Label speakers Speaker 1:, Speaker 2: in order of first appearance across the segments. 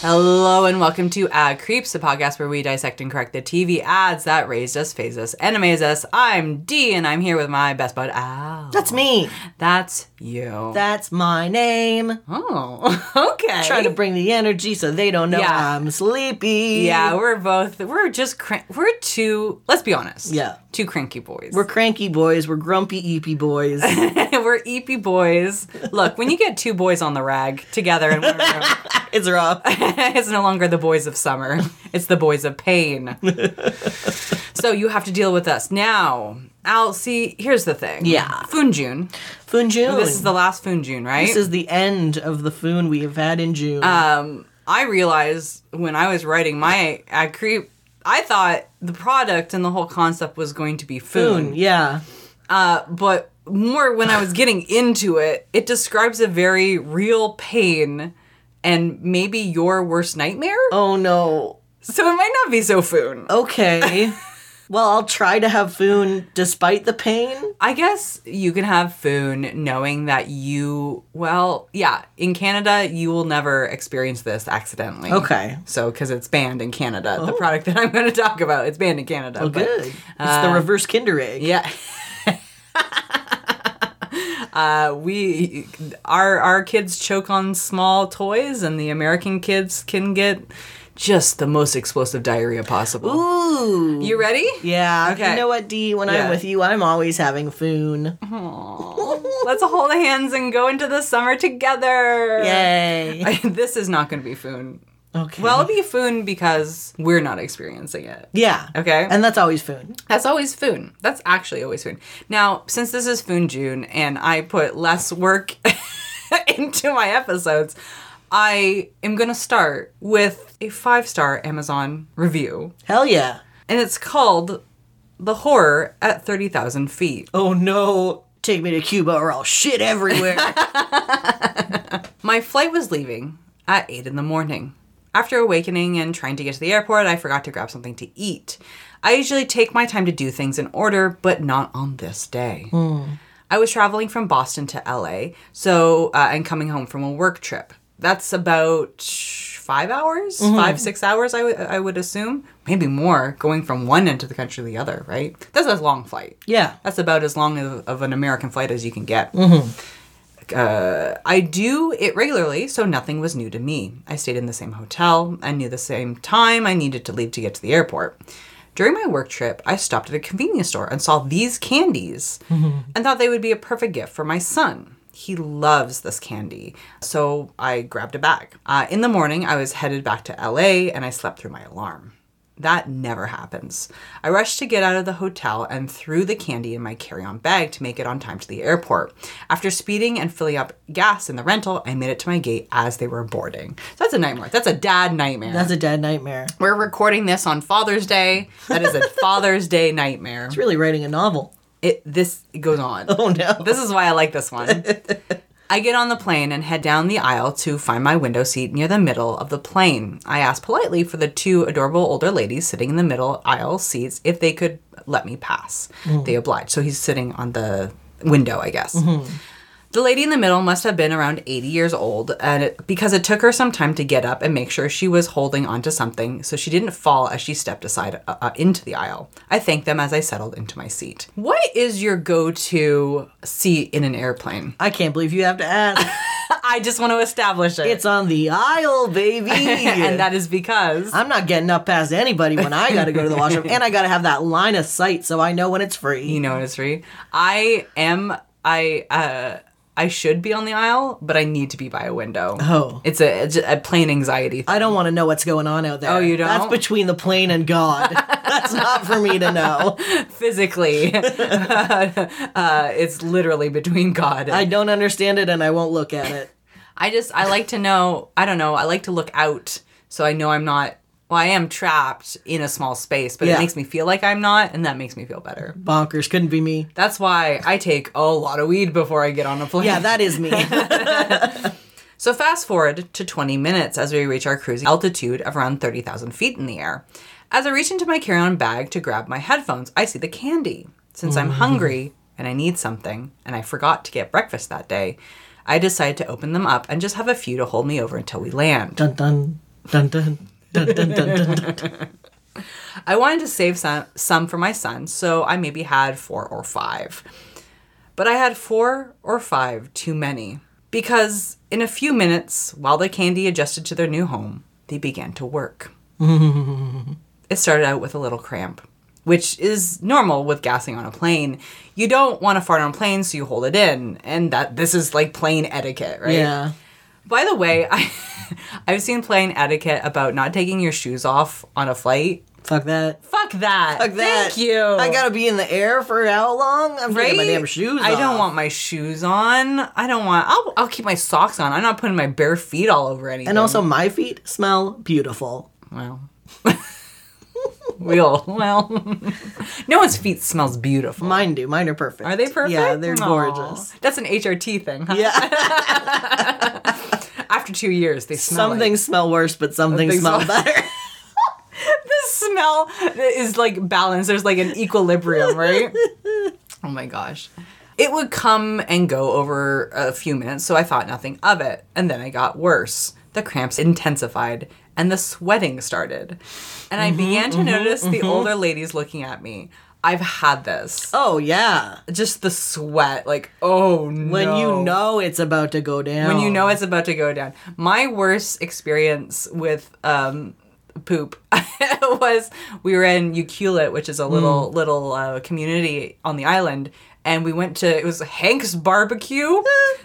Speaker 1: Hello and welcome to Ad Creeps, the podcast where we dissect and correct the TV ads that raised us, phase us, and amaze us. I'm Dee, and I'm here with my best bud Al.
Speaker 2: That's me.
Speaker 1: That's you.
Speaker 2: That's my name.
Speaker 1: oh, okay.
Speaker 2: Trying to bring the energy so they don't know
Speaker 1: Yeah.
Speaker 2: I'm sleepy.
Speaker 1: yeah, we're both. We're just crank. We're two. Let's be honest.
Speaker 2: Yeah.
Speaker 1: two cranky boys.
Speaker 2: We're cranky boys. We're grumpy eepy boys.
Speaker 1: we're eepy boys. Look, when you get two boys on the rag together in one room,
Speaker 2: it's rough.
Speaker 1: it's no longer the boys of summer. It's the boys of pain. so you have to deal with us now. Al, see, here's the thing.
Speaker 2: Yeah.
Speaker 1: Funjun.
Speaker 2: Funjun.
Speaker 1: This is the last Funjun, right?
Speaker 2: This is the end of the foon we have had in June.
Speaker 1: um, I realized when I was writing my ad creep, I thought the product and the whole concept was going to be
Speaker 2: foon.
Speaker 1: Foon.
Speaker 2: Yeah.
Speaker 1: Uh, but more when I was getting into it, it describes a very real pain and maybe your worst nightmare.
Speaker 2: Oh no.
Speaker 1: So it might not be so Foon.
Speaker 2: Okay. well, I'll try to have foon despite the pain.
Speaker 1: I guess you can have Foon knowing that you, well, yeah, in Canada, you will never experience this accidentally.
Speaker 2: Okay.
Speaker 1: So, because it's banned in Canada, the product that I'm going to talk about, it's banned in Canada.
Speaker 2: Oh,
Speaker 1: but- uh,
Speaker 2: good. it's the reverse Kinder egg.
Speaker 1: Yeah. Uh, we our our kids choke on small toys, and the American kids can get just the most explosive diarrhea possible.
Speaker 2: Ooh.
Speaker 1: You ready?
Speaker 2: yeah.
Speaker 1: Okay.
Speaker 2: You know what, Dee? When
Speaker 1: Yeah.
Speaker 2: I'm with you, I'm always having foon.
Speaker 1: Let's hold hands and go into the summer together.
Speaker 2: Yay.
Speaker 1: this is not going to be Foon.
Speaker 2: Okay.
Speaker 1: Well, it'll be Foon because we're not experiencing it.
Speaker 2: yeah.
Speaker 1: Okay.
Speaker 2: And that's always food.
Speaker 1: That's always Foon. That's actually always Foon. Now, since this is Foon June and I put less work into my episodes, I am going to start with a five star Amazon review.
Speaker 2: Hell yeah.
Speaker 1: And it's called The Horror at 30,000 Feet.
Speaker 2: Oh no. Take me to Cuba or I'll shit everywhere.
Speaker 1: My flight was leaving at 8 in the morning. After awakening and trying to get to the airport, I forgot to grab something to eat. I usually take my time to do things in order, but not on this day. I was traveling from Boston to LA, so uh, and coming home from a work trip. That's about five hours, five six hours. I would I would assume maybe more, going from one end of the country to the other. Right? That's a long flight.
Speaker 2: yeah.
Speaker 1: That's about as long of, of an American flight as you can get. Uh, I do it regularly, so nothing was new to me. I stayed in the same hotel. I knew the same time I needed to leave to get to the airport. During my work trip, I stopped at a convenience store and saw these candies and thought they would be a perfect gift for my son. He loves this candy, so I grabbed a bag. Uh, in the morning, I was headed back to LA and I slept through my alarm. That never happens. I rushed to get out of the hotel and threw the candy in my carry on bag to make it on time to the airport. After speeding and filling up gas in the rental, I made it to my gate as they were boarding. So that's a nightmare. That's a dad nightmare.
Speaker 2: That's a dad nightmare.
Speaker 1: we're recording this on Father's Day. That is a Father's Day nightmare.
Speaker 2: Really writing a novel.
Speaker 1: It this goes on.
Speaker 2: Oh no.
Speaker 1: This is why I like this one. I get on the plane and head down the aisle to find my window seat near the middle of the plane. I ask politely for the two adorable older ladies sitting in the middle aisle seats if they could let me pass. They oblige. So he's sitting on the window, I guess. The lady in the middle must have been around 80 years old and it, because it took her some time to get up and make sure she was holding onto something so she didn't fall as she stepped aside uh, uh, into the aisle. I thanked them as I settled into my seat. What is your go-to seat in an airplane?
Speaker 2: I can't believe you have to ask.
Speaker 1: I just want to establish it.
Speaker 2: it's on the aisle, baby.
Speaker 1: and that is because
Speaker 2: I'm not getting up past anybody when I gotta go to the washroom. and I gotta have that line of sight so I know when it's free.
Speaker 1: you know it's free. I am I uh I should be on the aisle, but I need to be by a window.
Speaker 2: Oh.
Speaker 1: It's a it's a plain anxiety.
Speaker 2: I don't want to know what's going on out there.
Speaker 1: Oh, you don't?
Speaker 2: That's between the plane and God. That's not for me to know.
Speaker 1: Physically, uh, it's literally between God.
Speaker 2: I
Speaker 1: And
Speaker 2: don't understand it and I won't look at it.
Speaker 1: I just I like to know. I don't know. I like to look out, so I know I'm not. Well, I am trapped in a small space, but it
Speaker 2: Yeah.
Speaker 1: makes me feel like I'm not, and that makes me feel better.
Speaker 2: Bonkers. Couldn't be me.
Speaker 1: That's why I take a lot of weed before I get on a plane.
Speaker 2: Yeah, that is me.
Speaker 1: So fast forward to 20 minutes as we reach our cruising altitude of around 30,000 feet in the air. As I reach into my carry-on bag to grab my headphones, I see the candy. Since I'm hungry and I need something, and I forgot to get breakfast that day, I decide to open them up and just have a few to hold me over until we land.
Speaker 2: dun dun. Dun dun dun dun dun dun. dun.
Speaker 1: I wanted to save some, some for my son, so I maybe had four or five. But I had four or five too many because in a few minutes, while the candy adjusted to their new home, they began to work. it started out with a little cramp, which is normal with gassing on a plane. You don't want to fart on a plane, so you hold it in, and that this is like plane etiquette, right?
Speaker 2: Yeah.
Speaker 1: By the way, I I've seen plane etiquette about not taking your shoes off on a flight.
Speaker 2: Fuck that.
Speaker 1: Fuck that.
Speaker 2: Fuck that.
Speaker 1: Thank you.
Speaker 2: I gotta be in the air for how long? I'm
Speaker 1: Right?
Speaker 2: taking my damn shoes
Speaker 1: I don't
Speaker 2: off.
Speaker 1: want my shoes on. I don't want. I'll I'll keep my socks on. I'm not putting my bare feet all over anything.
Speaker 2: And also, my feet smell beautiful.
Speaker 1: well, we all well. no one's feet smells beautiful.
Speaker 2: Mine do. Mine are perfect.
Speaker 1: Are they perfect?
Speaker 2: Yeah, they're
Speaker 1: Aw.
Speaker 2: gorgeous.
Speaker 1: That's an HRT thing. Huh?
Speaker 2: Yeah.
Speaker 1: After two years, they smell.
Speaker 2: some
Speaker 1: like-
Speaker 2: things smell worse, but some things
Speaker 1: things
Speaker 2: smell
Speaker 1: smell-
Speaker 2: better.
Speaker 1: the smell is like balanced. There's like an equilibrium, right? oh my gosh. It would come and go over a few minutes, so I thought nothing of it. And then I got worse. The cramps intensified and the sweating started. And
Speaker 2: Mm-hmm,
Speaker 1: I began to notice the older ladies looking at me. I've had this.
Speaker 2: oh, yeah.
Speaker 1: Just the sweat, like, oh no.
Speaker 2: When you know it's about to go down.
Speaker 1: When you know it's about to go down. My worst experience with um, poop was we were in Euclid, which is a little little uh, community on the island, and we went to it was Hank's barbecue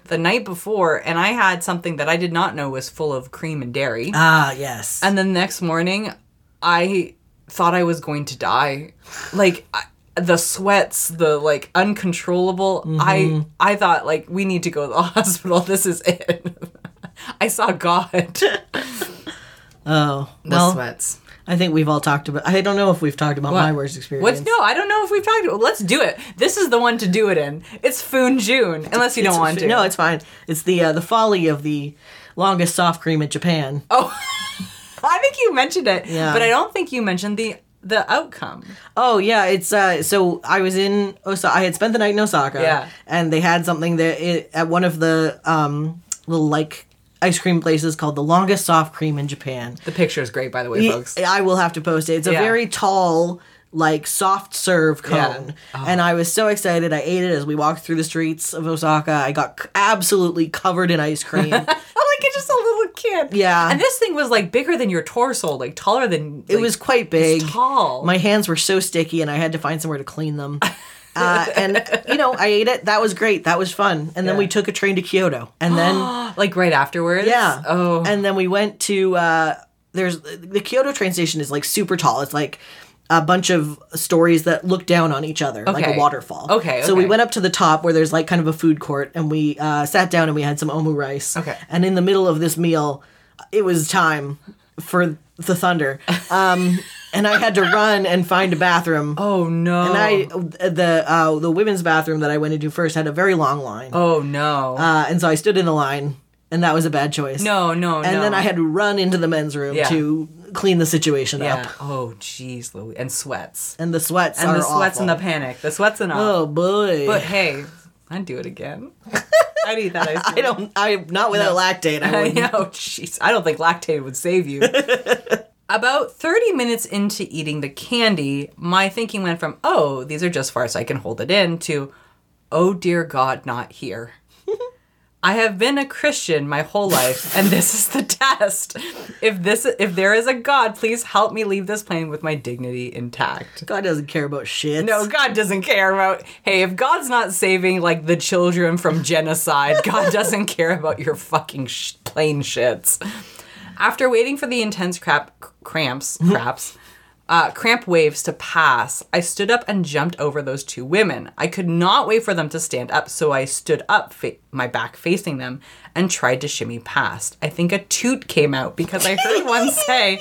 Speaker 1: the night before, and I had something that I did not know was full of cream and dairy,
Speaker 2: Ah, yes.
Speaker 1: and the next morning, I thought I was going to die, like. I, the sweats, the like uncontrollable. I I thought like we need to go to the hospital. This is it. I saw God. The
Speaker 2: oh. Well,
Speaker 1: sweats.
Speaker 2: I think we've all talked about. I don't know if we've talked about my
Speaker 1: What?
Speaker 2: worst experience.
Speaker 1: What's no? I don't know if we've talked about. Let's do it. This is the one to do it in. It's Foon June, unless you don't want to.
Speaker 2: No, it's fine. It's the uh, the folly of the longest soft cream in Japan. Oh.
Speaker 1: I think you mentioned it,
Speaker 2: Yeah.
Speaker 1: but I don't think you mentioned the the outcome.
Speaker 2: yeah, it's uh. So I was in Osaka. I had spent the night in Osaka.
Speaker 1: Yeah.
Speaker 2: and they had something there it, at one of the um little like ice cream places called the longest soft cream in Japan.
Speaker 1: The picture is great, by the way, folks.
Speaker 2: I will have to post it. It's a
Speaker 1: Yeah.
Speaker 2: very tall, like soft serve cone,
Speaker 1: Yeah. Uh-huh.
Speaker 2: and I was so excited. I ate it as we walked through the streets of Osaka. I got c- absolutely covered in ice cream.
Speaker 1: Oh, like it's just a little kid.
Speaker 2: Yeah.
Speaker 1: And this thing was like bigger than your torso, like taller than.
Speaker 2: it was quite big.
Speaker 1: tall.
Speaker 2: My hands were so sticky, and I had to find somewhere to clean them. Uh, and you know, I ate it. That was great. That was fun. And then
Speaker 1: Yeah.
Speaker 2: we took a train to Kyoto, and then
Speaker 1: like right afterwards.
Speaker 2: yeah,
Speaker 1: Oh.
Speaker 2: and then we went to uh, there's the Kyoto train station is like super tall. It's like a bunch of stories that look down on each other, like a
Speaker 1: Okay.
Speaker 2: waterfall.
Speaker 1: Okay,
Speaker 2: So we
Speaker 1: okay.
Speaker 2: went up to the top where there's like kind of a food court, and we uh, sat down and we had some omu rice.
Speaker 1: Okay.
Speaker 2: And in the middle of this meal, it was time for the thunder. Um, and I had to run and find a bathroom.
Speaker 1: oh no.
Speaker 2: And I the uh, the women's bathroom that I went into first had a very long line.
Speaker 1: Oh no.
Speaker 2: Uh, and so I stood in the line, and that was a bad choice.
Speaker 1: no no no.
Speaker 2: And then I had to run into the men's room
Speaker 1: Yeah.
Speaker 2: to clean the situation
Speaker 1: Yeah.
Speaker 2: up.
Speaker 1: Oh jeez, Louis. And sweats.
Speaker 2: And the sweats
Speaker 1: And
Speaker 2: are
Speaker 1: the sweats and
Speaker 2: awful.
Speaker 1: the panic. The sweats and all.
Speaker 2: oh boy.
Speaker 1: But hey, I'd do it again. I'd eat that ice cream.
Speaker 2: I don't. I not without lactate. I
Speaker 1: I
Speaker 2: wouldn't.
Speaker 1: know, jeez. I don't think lactate would save you. About 30 minutes into eating the candy, my thinking went from, oh, these are just farts, I can hold it in, to, oh dear God, not here. I have been a Christian my whole life, and this is the test. If this, if there is a God, please help me leave this plane with my dignity intact.
Speaker 2: God doesn't care about shit.
Speaker 1: No, God doesn't care about. Hey, if God's not saving like the children from genocide, God doesn't care about your fucking sh- plain shits. After waiting for the intense crap cramps, craps, uh, cramp waves to pass, I stood up and jumped over those two women. I could not wait for them to stand up, so I stood up, fa- my back facing them, and tried to shimmy past. I think a toot came out because I heard one say.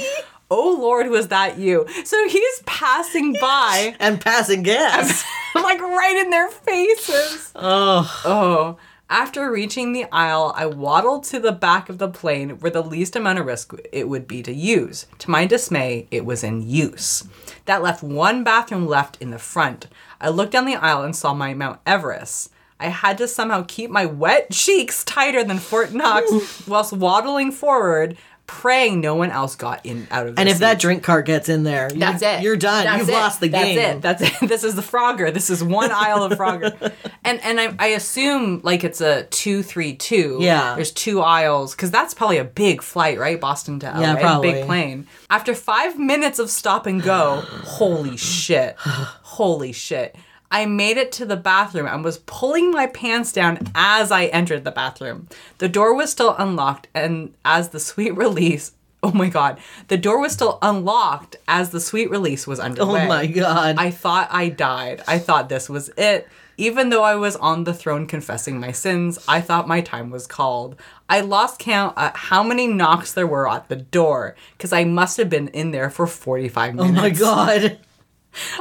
Speaker 1: Oh Lord, was that you? So he's passing by
Speaker 2: And passing gas.
Speaker 1: like right in their faces. Oh. Oh. After reaching the aisle, I waddled to the back of the plane where the least amount of risk it would be to use. To my dismay, it was in use. That left one bathroom left in the front. I looked down the aisle and saw my Mount Everest. I had to somehow keep my wet cheeks tighter than Fort Knox whilst waddling forward, praying no one else got in out of.
Speaker 2: And
Speaker 1: their
Speaker 2: if that
Speaker 1: seat.
Speaker 2: drink cart gets in there, you're,
Speaker 1: That's it.
Speaker 2: You're done.
Speaker 1: That's
Speaker 2: You've
Speaker 1: it.
Speaker 2: lost the game.
Speaker 1: That's it. That's it. This is the Frogger. This is one aisle of Frogger. And and I, I assume like it's a two three two.
Speaker 2: Yeah.
Speaker 1: There's two aisles because that's probably a big flight, right? Boston to LA.
Speaker 2: Yeah, probably.
Speaker 1: Big plane. After five minutes of stop and go, holy shit, holy shit. I made it to the bathroom and was pulling my pants down as I entered the bathroom. The door was still unlocked, and as the sweet release, oh my god, the door was still unlocked as the sweet release was
Speaker 2: Oh
Speaker 1: underway.
Speaker 2: my god.
Speaker 1: I thought I died. I thought this was it. Even though I was on the throne confessing my sins, I thought my time was called. I lost count at how many knocks there were at the door, because I must have been in there for 45
Speaker 2: oh
Speaker 1: minutes.
Speaker 2: my god.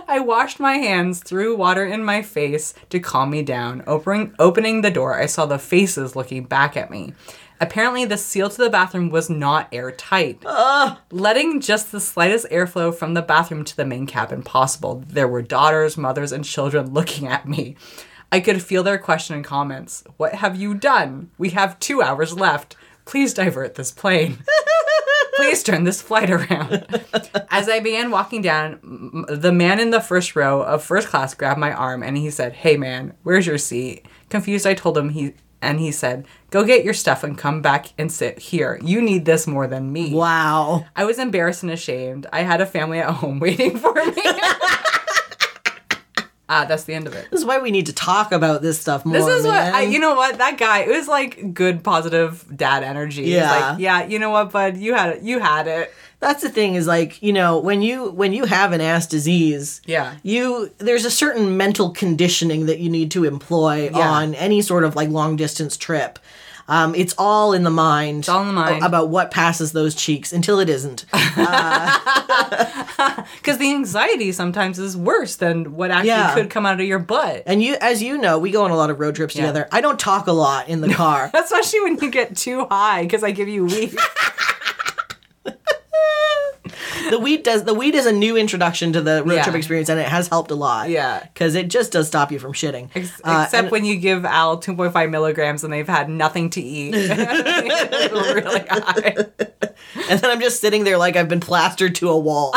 Speaker 1: I washed my hands, threw water in my face to calm me down. Opening, opening the door, I saw the faces looking back at me. Apparently, the seal to the bathroom was not airtight, letting just the slightest airflow from the bathroom to the main cabin possible. There were daughters, mothers, and children looking at me. I could feel their question and comments. What have you done? We have two hours left. Please divert this plane. Please turn this flight around. As I began walking down, m- m- the man in the first row of first class grabbed my arm and he said, "Hey man, where's your seat?" Confused, I told him he and he said, "Go get your stuff and come back and sit here. You need this more than me."
Speaker 2: Wow.
Speaker 1: I was embarrassed and ashamed. I had a family at home waiting for me. Ah, that's the end of it.
Speaker 2: This is why we need to talk about this stuff more.
Speaker 1: This is what I,
Speaker 2: man.
Speaker 1: you know. What that guy? It was like good, positive dad energy. It was
Speaker 2: Yeah.
Speaker 1: like, yeah. You know what, bud? You had it. You had it.
Speaker 2: that's the thing is like you know when you when you have an ass disease
Speaker 1: Yeah.
Speaker 2: you there's a certain mental conditioning that you need to employ
Speaker 1: Yeah.
Speaker 2: on any sort of like long distance trip um, it's all in the mind it's
Speaker 1: all in the mind.
Speaker 2: about what passes those cheeks until it isn't
Speaker 1: Because the anxiety sometimes is worse than what actually
Speaker 2: Yeah.
Speaker 1: could come out of your butt.
Speaker 2: and you as you know we go on a lot of road trips together i don't talk a lot in the car
Speaker 1: Especially when you get too high, because I give you weed.
Speaker 2: the weed does the weed is a new introduction to the road
Speaker 1: Yeah.
Speaker 2: trip experience and it has helped a lot
Speaker 1: Yeah.
Speaker 2: because it just does stop you from shitting
Speaker 1: Ex-
Speaker 2: Uh,
Speaker 1: Except when you give Al 2.5 milligrams and they've had nothing to eat. really high.
Speaker 2: and then i'm just sitting there like i've been plastered to a wall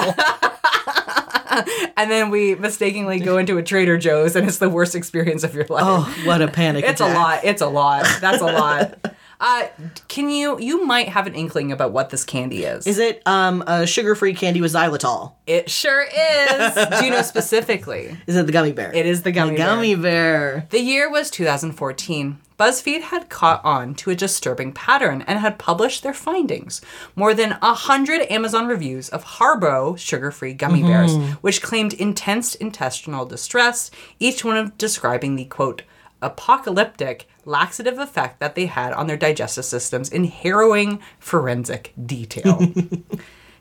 Speaker 1: And then we mistakenly go into a Trader Joe's and it's the worst experience of your life.
Speaker 2: Oh, what a panic!
Speaker 1: It's a
Speaker 2: attack.
Speaker 1: lot. It's a lot. That's a lot. Uh, can you? You might have an inkling about what this candy is.
Speaker 2: Is it um a sugar-free candy with xylitol?
Speaker 1: it sure is. Do you know specifically?
Speaker 2: Is it the gummy bear?
Speaker 1: It is the gummy. bear.
Speaker 2: gummy bear.
Speaker 1: The year was 2014. BuzzFeed had caught on to a disturbing pattern and had published their findings. More than 100 Amazon reviews of Harbo sugar free gummy bears, which claimed intense intestinal distress, each one of describing the quote, apocalyptic laxative effect that they had on their digestive systems in harrowing forensic detail.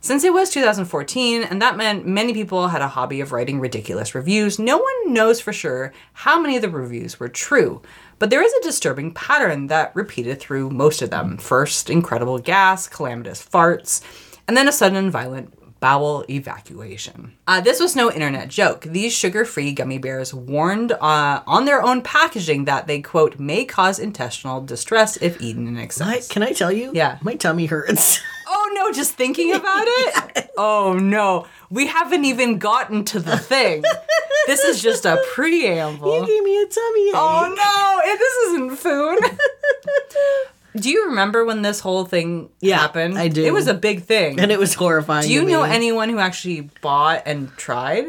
Speaker 1: Since it was 2014, and that meant many people had a hobby of writing ridiculous reviews, no one knows for sure how many of the reviews were true. But there is a disturbing pattern that repeated through most of them first, incredible gas, calamitous farts, and then a sudden and violent bowel evacuation. Uh, this was no internet joke. These sugar free gummy bears warned uh, on their own packaging that they, quote, may cause intestinal distress if eaten in excess.
Speaker 2: I, can I tell you?
Speaker 1: Yeah.
Speaker 2: my tummy hurts.
Speaker 1: Oh no, just thinking about it? Oh no, we haven't even gotten to the thing. This is just a
Speaker 2: you
Speaker 1: preamble.
Speaker 2: gave me a tummy ache.
Speaker 1: Oh no, it- this isn't food. Do you remember when this whole thing
Speaker 2: Yeah,
Speaker 1: happened?
Speaker 2: I do.
Speaker 1: It was a big thing.
Speaker 2: and it was horrifying.
Speaker 1: do you
Speaker 2: to
Speaker 1: know
Speaker 2: me.
Speaker 1: anyone who actually bought and tried?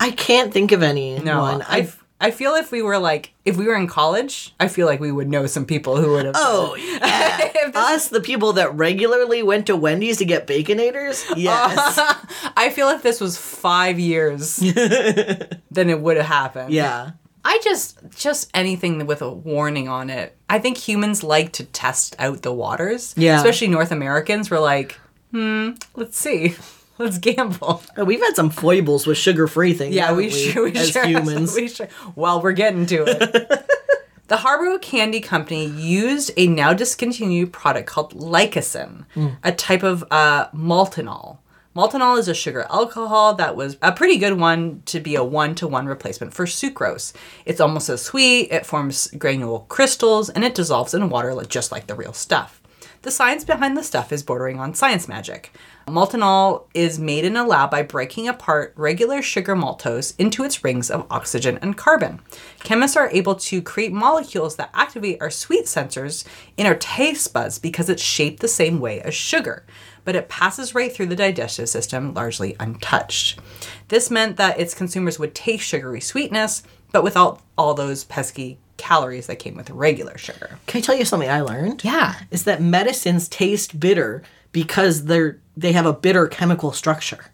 Speaker 2: I can't think of any.
Speaker 1: No,
Speaker 2: one.
Speaker 1: I f- I feel if we were like if we were in college, I feel like we would know some people who would have.
Speaker 2: Oh,
Speaker 1: If this-
Speaker 2: us the people that regularly went to Wendy's to get
Speaker 1: Oh.
Speaker 2: baconators. Yes,
Speaker 1: I feel if this was five years, then it would have happened.
Speaker 2: yeah.
Speaker 1: I just just anything with a warning on it. I think humans like to test out the waters.
Speaker 2: Yeah.
Speaker 1: Especially North Americans were like, hmm, let's see. Let's gamble.
Speaker 2: Oh, We've had some foibles with sugar-free things.
Speaker 1: Yeah, we,
Speaker 2: haven't
Speaker 1: sure we
Speaker 2: as
Speaker 1: sure
Speaker 2: humans.
Speaker 1: We sure. Well, we're getting to it. the Harbor Candy Company used a now discontinued product called Lycosin,
Speaker 2: Mm.
Speaker 1: a type of uh, maltinol. Maltinol is a sugar alcohol that was a pretty good one to be a one to one replacement for sucrose. It's almost as sweet, it forms granule crystals, and it dissolves in water li- just like the real stuff. The science behind the stuff is bordering on science magic. Maltinol is made in a lab by breaking apart regular sugar maltose into its rings of oxygen and carbon. Chemists are able to create molecules that activate our sweet sensors in our taste buds because it's shaped the same way as sugar but it passes right through the digestive system largely untouched. This meant that its consumers would taste sugary sweetness, but without all those pesky calories that came with regular sugar.
Speaker 2: Can I tell you something I learned?
Speaker 1: Yeah.
Speaker 2: Is that medicines taste bitter because they're they have a bitter chemical structure.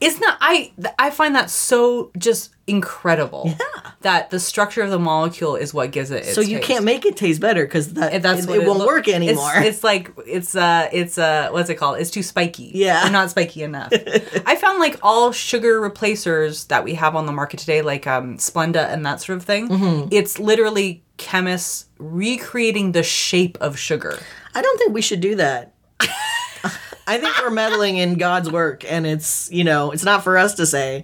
Speaker 1: Isn't that I th- I find that so just incredible. Yeah. That the structure of the molecule is what gives it its
Speaker 2: So you
Speaker 1: taste.
Speaker 2: can't make it taste better because that
Speaker 1: If that's
Speaker 2: it,
Speaker 1: what
Speaker 2: it won't
Speaker 1: loo-
Speaker 2: work
Speaker 1: it's-
Speaker 2: anymore.
Speaker 1: It's, like it's uh it's uh what's it called? It's too spiky.
Speaker 2: Yeah.
Speaker 1: I'm not spiky enough. I found like all sugar replacers that we have on the market today, like um Splenda and that sort of thing.
Speaker 2: Mm-hmm.
Speaker 1: It's literally chemists recreating the shape of sugar.
Speaker 2: I don't think we should do that. I think we're meddling in God's work, and it's you know it's not for us to say.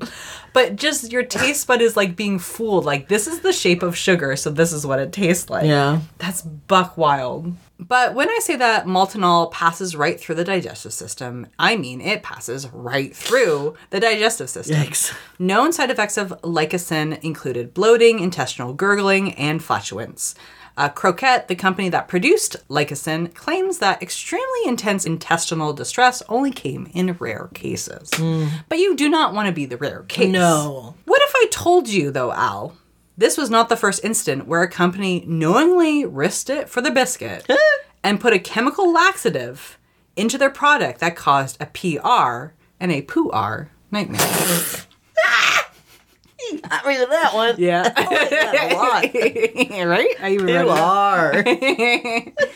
Speaker 1: But just your taste bud is like being fooled. Like this is the shape of sugar, so this is what it tastes like.
Speaker 2: Yeah.
Speaker 1: That's buck wild. But when I say that maltinol passes right through the digestive system, I mean it passes right through the digestive system.
Speaker 2: Yikes.
Speaker 1: Known side effects of Lycosin included bloating, intestinal gurgling, and flatulence. Uh, Croquette, the company that produced Lycosin, claims that extremely intense intestinal distress only came in rare cases. But you do not want to be the rare case.
Speaker 2: No.
Speaker 1: What if I told you, though, Al, this was not the first incident where a company knowingly risked it for the biscuit and put a chemical laxative into their product that caused a PR and a poo-R nightmare?
Speaker 2: Got rid of that one.
Speaker 1: Yeah.
Speaker 2: a lot.
Speaker 1: right? I even
Speaker 2: You
Speaker 1: wrote it.
Speaker 2: are.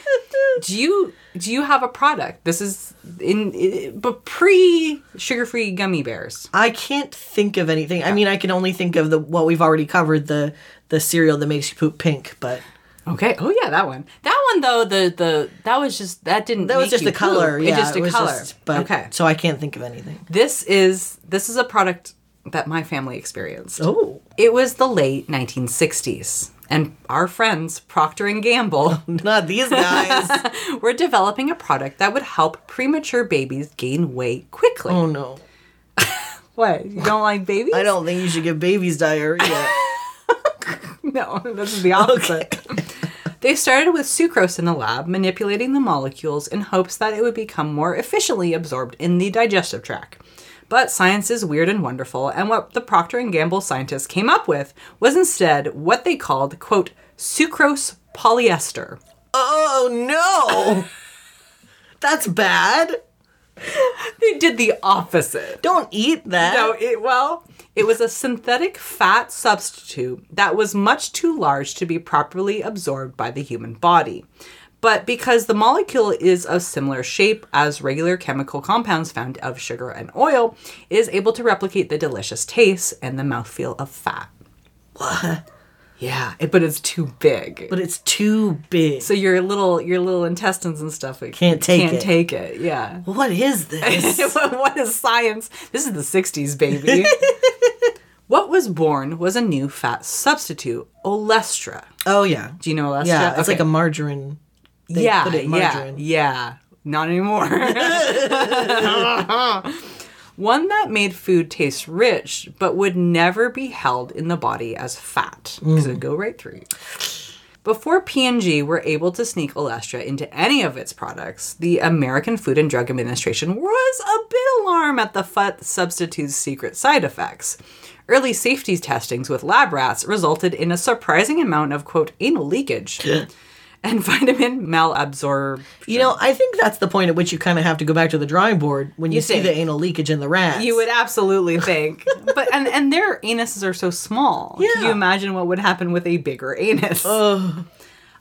Speaker 1: Do you do you have a product? This is in, i but pre sugar-free gummy bears.
Speaker 2: I can't think of anything. I mean, I can only think of the what we've already covered the the cereal that makes you poop pink, but
Speaker 1: Okay. Oh yeah, that one. That one though, the the that was just that didn't
Speaker 2: that was
Speaker 1: make
Speaker 2: just
Speaker 1: you
Speaker 2: the color.
Speaker 1: poop.
Speaker 2: Yeah,
Speaker 1: It just
Speaker 2: it
Speaker 1: a
Speaker 2: was
Speaker 1: color.
Speaker 2: just- but,
Speaker 1: okay.
Speaker 2: So I can't think of anything.
Speaker 1: This is this is a product that my family experienced.
Speaker 2: Oh.
Speaker 1: It was the late 1960s, and our friends Procter and Gamble
Speaker 2: Not these guys.
Speaker 1: were developing a product that would help premature babies gain weight quickly.
Speaker 2: oh no.
Speaker 1: What? You don't like babies?
Speaker 2: I don't think you should give babies diarrhea.
Speaker 1: No, this is the opposite. they started with sucrose in the lab, manipulating the molecules in hopes that it would become more efficiently absorbed in the digestive tract. But science is weird and wonderful, and what the Procter and Gamble scientists came up with was instead what they called quote sucrose polyester.
Speaker 2: oh no. That's bad.
Speaker 1: They did the opposite.
Speaker 2: Don't eat that.
Speaker 1: No, it well, it was a synthetic fat substitute that was much too large to be properly absorbed by the human body. But because the molecule is of similar shape as regular chemical compounds found of sugar and oil, it is able to replicate the delicious taste and the mouthfeel of fat. Yeah, it- but it's too big.
Speaker 2: But it's too big.
Speaker 1: so your little your little intestines and stuff it
Speaker 2: Can't take
Speaker 1: can't
Speaker 2: it.
Speaker 1: take it. Yeah.
Speaker 2: what is this?
Speaker 1: what is science? This is the 60s, baby. what was born was a new fat substitute, Olestra.
Speaker 2: oh yeah.
Speaker 1: Do you know Olestra?
Speaker 2: Yeah, it's
Speaker 1: Okay.
Speaker 2: like a margarine. They
Speaker 1: yeah,
Speaker 2: put it in
Speaker 1: yeah,
Speaker 2: margarine.
Speaker 1: yeah. Not anymore. One that made food taste rich, but would never be held in the body as fat
Speaker 2: Mm.
Speaker 1: because it would go right through you. Before P&G were able to sneak Olestra into any of its products, the American Food and Drug Administration was a bit alarmed at the FUT substitute's secret side effects. Early safety testings with lab rats resulted in a surprising amount of, quote, anal leakage and vitamin malabsorb.
Speaker 2: You know, I think that's the point at which you kind of have to go back to the drawing board when you, see
Speaker 1: think.
Speaker 2: the anal leakage in the rats.
Speaker 1: You would absolutely think. but and, and their anuses are so small. Can
Speaker 2: Yeah.
Speaker 1: you imagine what would happen with a bigger anus?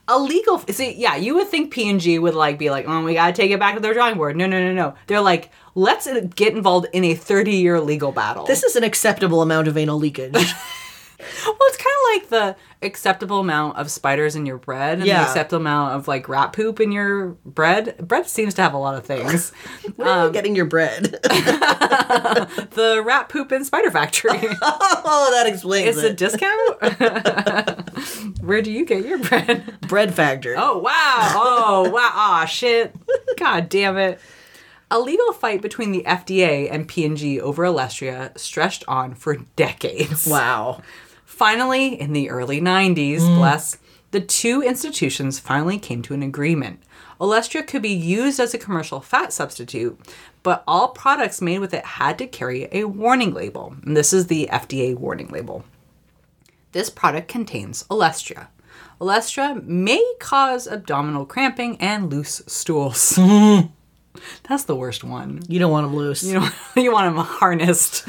Speaker 1: A legal see, yeah, you would think P and G would like be like, oh, we gotta take it back to their drawing board. No, no, no, no. They're like, let's uh, get involved in a thirty-year legal battle.
Speaker 2: This is an acceptable amount of anal leakage.
Speaker 1: well, it's kind of like the acceptable amount of spiders in your bread and the
Speaker 2: Yeah.
Speaker 1: acceptable amount of like rat poop in your bread. Bread seems to have a lot of things.
Speaker 2: Where are
Speaker 1: Um,
Speaker 2: you getting your bread?
Speaker 1: the rat poop and spider factory.
Speaker 2: oh, that explains
Speaker 1: It's a
Speaker 2: it.
Speaker 1: discount. Where do you get your bread?
Speaker 2: bread factor.
Speaker 1: Oh wow! Oh wow! Ah shit! God damn it. A legal fight between the FDA and P&G over Alestria stretched on for decades.
Speaker 2: Wow.
Speaker 1: Finally, in the early 90s, bless, the two institutions finally came to an agreement. Olestra could be used as a commercial fat substitute, but all products made with it had to carry a warning label. And this is the FDA warning label. This product contains Olestra. Olestra may cause abdominal cramping and loose stools. That's the worst one.
Speaker 2: You don't want them loose.
Speaker 1: You, don't, you want them harnessed.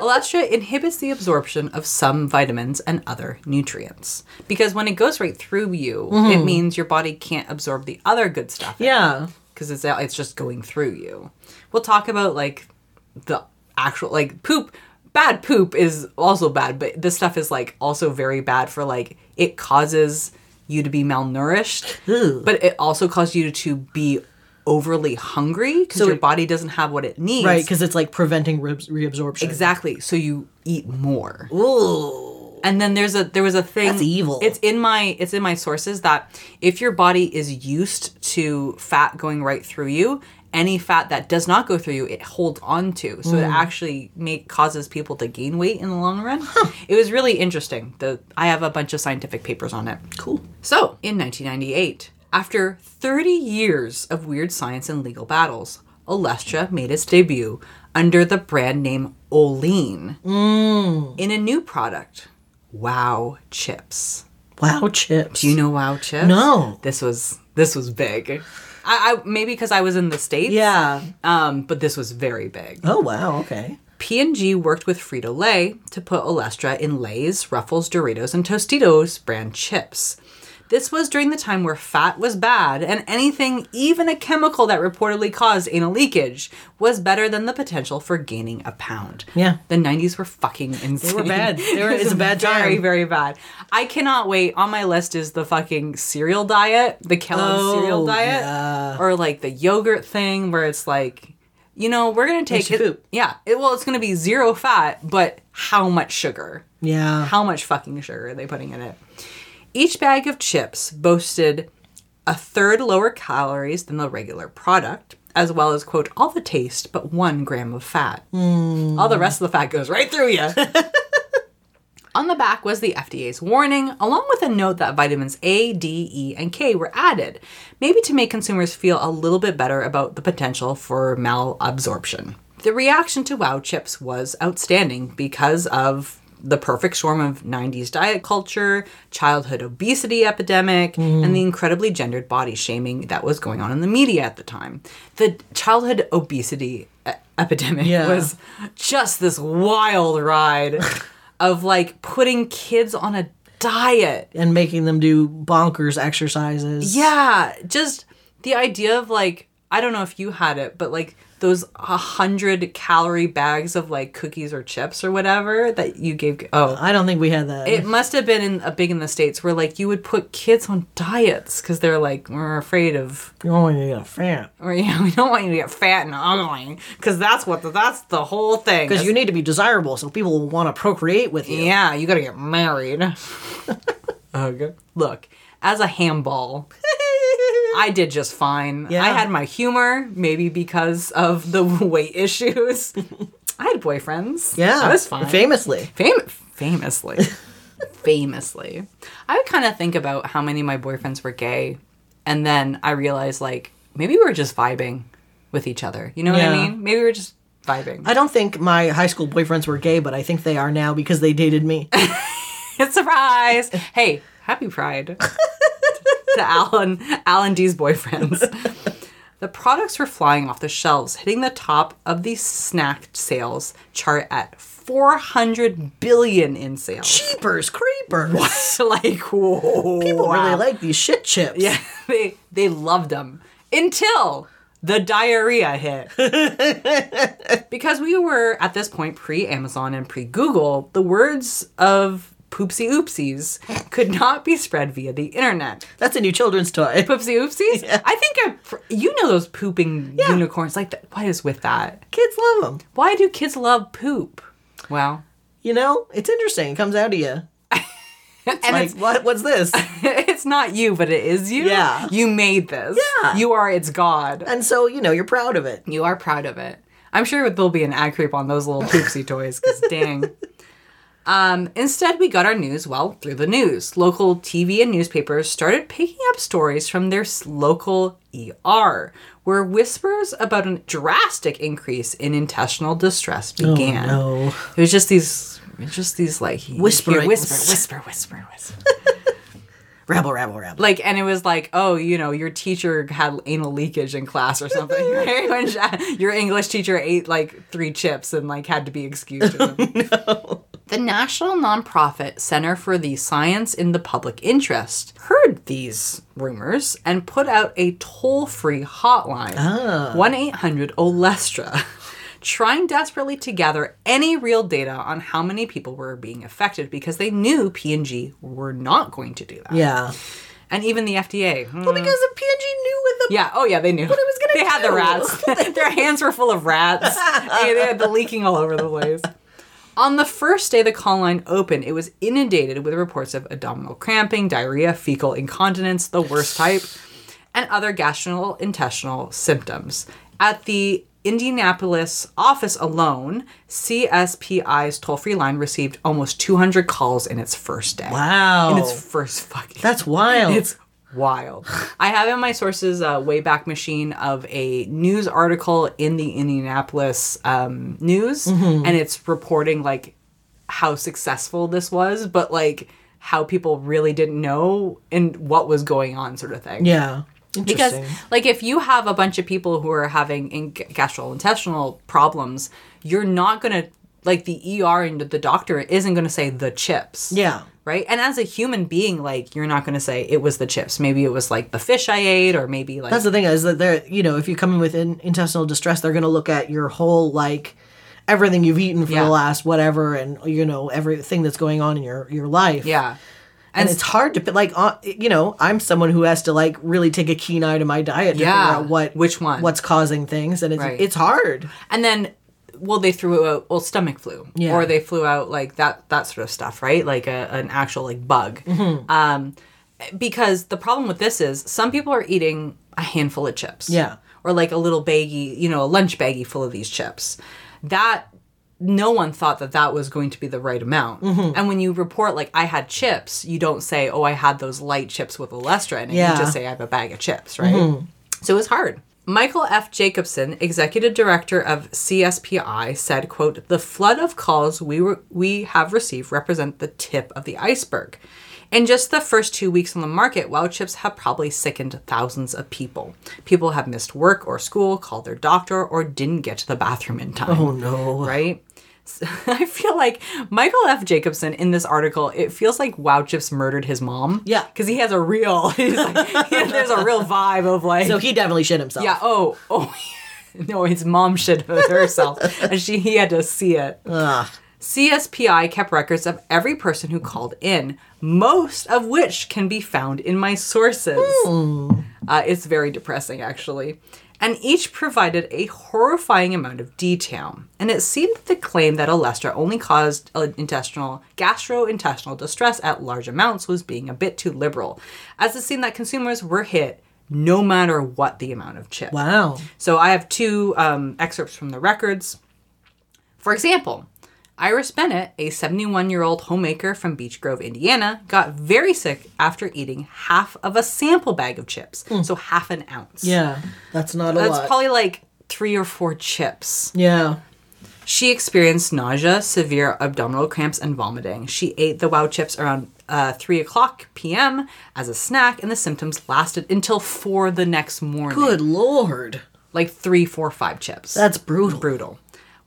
Speaker 1: Alestra inhibits the absorption of some vitamins and other nutrients because when it goes right through you, it means your body can't absorb the other good stuff
Speaker 2: yeah.
Speaker 1: because it's out- it's just going through you. We'll talk about like the actual like poop. Bad poop is also bad, but this stuff is like also very bad for like it causes you to be malnourished,
Speaker 2: Ew.
Speaker 1: but it also causes you to be overly hungry because your body doesn't have what it needs.
Speaker 2: Right, because it's like preventing re- reabsorption.
Speaker 1: Exactly. So you eat more.
Speaker 2: Ooh.
Speaker 1: And then there's a there was a thing
Speaker 2: That's evil.
Speaker 1: It's in my it's in my sources that if your body is used to fat going right through you, any fat that does not go through you, it holds on to. So it
Speaker 2: Mm.
Speaker 1: actually make causes people to gain weight in the long run. It was really interesting. The I have a bunch of scientific papers on it.
Speaker 2: Cool.
Speaker 1: So, in 1998, after 30 years of weird science and legal battles, Olestra made its debut under the brand name Olean
Speaker 2: Mm.
Speaker 1: in a new product, Wow Chips.
Speaker 2: Wow, chips.
Speaker 1: Do you know Wow Chips?
Speaker 2: No.
Speaker 1: This was this was big. I, I maybe because I was in the states.
Speaker 2: yeah.
Speaker 1: Um, but this was very big.
Speaker 2: Oh wow. Okay.
Speaker 1: P&G worked with Frito-Lay to put Olestra in Lay's, Ruffles, Doritos, and Tostitos brand chips. This was during the time where fat was bad, and anything, even a chemical that reportedly caused anal leakage, was better than the potential for gaining a pound.
Speaker 2: Yeah.
Speaker 1: The 90s were fucking insane. They
Speaker 2: were bad. They were- it's a bad time.
Speaker 1: Very, very bad. I cannot wait. On my list is the fucking cereal diet, the Kellogg's
Speaker 2: Oh,
Speaker 1: cereal diet,
Speaker 2: yeah.
Speaker 1: or like the yogurt thing where it's like, you know, we're going to take
Speaker 2: you
Speaker 1: it-
Speaker 2: poop.
Speaker 1: yeah. It, well, it's going to be zero fat, but how much sugar?
Speaker 2: Yeah.
Speaker 1: How much fucking sugar are they putting in it? Each bag of chips boasted a third lower calories than the regular product, as well as, quote, all the taste but one gram of fat. All the rest of the fat goes right through you. On the back was the FDA's warning, along with a note that vitamins A, D, E, and K were added, maybe to make consumers feel a little bit better about the potential for malabsorption. The reaction to WOW chips was outstanding because of the perfect storm of 90s diet culture, childhood obesity epidemic, and the incredibly gendered body shaming that was going on in the media at the time. The childhood obesity e- epidemic
Speaker 2: Yeah.
Speaker 1: was just this wild ride of like putting kids on a diet.
Speaker 2: and making them do bonkers exercises.
Speaker 1: Yeah, just the idea of like I don't know if you had it, but like those 100 calorie bags of like cookies or chips or whatever that you gave oh
Speaker 2: I don't think we had that.
Speaker 1: it must have been in, a big in the states where like you would put kids on diets because they're like we're afraid of
Speaker 2: You're only gonna get fat
Speaker 1: or yeah we don't want you to get fat and ugly because that's what the, that's the whole thing
Speaker 2: because you need to be desirable, so people will want to procreate with you.
Speaker 1: Yeah, you gotta get married.
Speaker 2: Oh,
Speaker 1: okay. Look, as a handball, I did just fine.
Speaker 2: Yeah.
Speaker 1: I had my humor, maybe because of the weight issues. I had boyfriends.
Speaker 2: Yeah.
Speaker 1: I was fine.
Speaker 2: Famously.
Speaker 1: Fam- famously. famously. I would kind of think about how many of my boyfriends were gay, and then I realized, like, maybe we were just vibing with each other. You know what
Speaker 2: Yeah.
Speaker 1: I mean? Maybe we were just vibing.
Speaker 2: I don't think my high school boyfriends were gay, but I think they are now because they dated me.
Speaker 1: Surprise! Hey, happy Pride to Alan, Alan D's boyfriends. The products were flying off the shelves, hitting the top of the snack sales chart at 400 billion in sales.
Speaker 2: Cheapers, creepers.
Speaker 1: like, whoa!
Speaker 2: People really
Speaker 1: wow.
Speaker 2: like these shit chips.
Speaker 1: Yeah, they they loved them until the diarrhea hit. because we were at this point pre Amazon and pre Google, the words of poopsie oopsies could not be spread via the internet.
Speaker 2: That's a new children's toy.
Speaker 1: Poopsie oopsies? I think I pr- you know those pooping unicorns like that. What is with that?
Speaker 2: Kids love them.
Speaker 1: Why do kids love poop? Well,
Speaker 2: You know, it's interesting. It comes out of you.
Speaker 1: it's
Speaker 2: And
Speaker 1: like,
Speaker 2: it's, what, what's this?
Speaker 1: it's not you, but it is you.
Speaker 2: Yeah.
Speaker 1: You made this.
Speaker 2: Yeah.
Speaker 1: You are its god.
Speaker 2: and so, you know, you're proud of it.
Speaker 1: You are proud of it. I'm sure there'll be an ad creep on those little poopsie toys, because dang. Um, instead, we got our news, well, through the news. Local TV and newspapers started picking up stories from their s- local ER, where whispers about a drastic increase in intestinal distress began.
Speaker 2: Oh, no.
Speaker 1: It was just these, it was just these like you hear
Speaker 2: Whisperings.
Speaker 1: whisper, whisper, whisper, whisper.
Speaker 2: Rabble, rabble, rabble.
Speaker 1: Like, and it was like, oh, you know, your teacher had anal leakage in class or something. right? When she- your English teacher ate like three chips and like had to be excused. or something. The national nonprofit Center for the Science in the Public Interest heard these rumors and put out a toll free hotline 1 800 OLESTRA. Trying desperately to gather any real data on how many people were being affected because they knew P&G were not going to do that
Speaker 2: Yeah.
Speaker 1: and even the FDA. Hmm.
Speaker 2: Because the PNG knew with the
Speaker 1: yeah. Oh, yeah. They knew what it
Speaker 2: was gonna
Speaker 1: They had the
Speaker 2: do.
Speaker 1: rats. Their hands were full of rats. they, they had the leaking all over the place. On the first day the call line opened, it was inundated with reports of abdominal cramping, diarrhea, fecal incontinence, the worst type, and other gastrointestinal symptoms. At the Indianapolis office alone, CSPI's toll free line received almost 200 calls in its first day.
Speaker 2: Wow.
Speaker 1: In its first fucking
Speaker 2: That's wild.
Speaker 1: it's wild. I have in my sources a Wayback Machine of a news article in the Indianapolis um, news,
Speaker 2: Mm-hmm.
Speaker 1: and it's reporting like how successful this was, but like how people really didn't know and what was going on, sort of thing.
Speaker 2: yeah.
Speaker 1: Because,
Speaker 2: Interesting.
Speaker 1: like, if you have a bunch of people who are having in- gastrointestinal problems, you're not going to, like, the ER and the doctor isn't going to say the chips
Speaker 2: yeah.
Speaker 1: right? And as a human being, like you're not going to say it was the chips. Maybe it was like the fish I ate, or maybe like
Speaker 2: That's the thing is that they're you know if you come in with in, intestinal distress, they're going to look at your whole like everything you've eaten for
Speaker 1: Yeah.
Speaker 2: the last whatever, and you know everything that's going on in your your life.
Speaker 1: yeah,
Speaker 2: and it's hard to pi- like uh, you know I'm someone who has to like really take a keen eye to my diet. To
Speaker 1: Yeah.
Speaker 2: figure out what
Speaker 1: Which one?
Speaker 2: what's causing things, and it's
Speaker 1: Right.
Speaker 2: it's hard.
Speaker 1: and then well they threw out well stomach flu
Speaker 2: Yeah.
Speaker 1: or they flew out like that that sort of stuff right like a, an actual like bug
Speaker 2: Mm-hmm.
Speaker 1: um, because the problem with this is some people are eating a handful of chips
Speaker 2: Yeah.
Speaker 1: or like a little baggie you know a lunch baggie full of these chips that no one thought that that was going to be the right amount
Speaker 2: Mm-hmm.
Speaker 1: and when you report like i had chips you don't say oh i had those light chips with olestra in it
Speaker 2: Yeah. Mm-hmm.
Speaker 1: you just say i have a bag of chips right so it was hard. Michael F. Jacobson, executive director of CSPI, said, quote, "The flood of calls we were, we have received represent the tip of the iceberg. In just the first 2 weeks on the market, Wow Chips have probably sickened thousands of people. People have missed work or school, called their doctor, or didn't get to the bathroom in time."
Speaker 2: Oh no.
Speaker 1: right? So, I feel like Michael F. Jacobson in this article, it feels like Wow Chips murdered his mom.
Speaker 2: Yeah.
Speaker 1: Because he has a real, he's like, there's a real vibe of like.
Speaker 2: So he definitely shit himself.
Speaker 1: yeah, oh, oh. no, his mom should have herself. and she he had to see it.
Speaker 2: Ugh.
Speaker 1: CSPI kept records of every person who called in, most of which can be found in my sources. Uh, it's very depressing, actually. And each provided a horrifying amount of detail. And it seemed that the claim that Alestra only caused uh, intestinal gastrointestinal distress at large amounts was being a bit too liberal, as it seemed that consumers were hit no matter what the amount of chip.
Speaker 2: Wow.
Speaker 1: So I have two um, excerpts from the records. For example, Iris Bennett, a 71 year old homemaker from Beech Grove, Indiana, got very sick after eating half of a sample bag of chips. So half an ounce.
Speaker 2: Hmm. Yeah. That's not a
Speaker 1: That's
Speaker 2: lot.
Speaker 1: probably like three or four chips.
Speaker 2: yeah.
Speaker 1: She experienced nausea, severe abdominal cramps, and vomiting. She ate the wow chips around uh, 3 o'clock p.m. as a snack, and the symptoms lasted until 4 the next morning.
Speaker 2: Good lord.
Speaker 1: Like three, four, five chips
Speaker 2: That's brutal.
Speaker 1: brutal.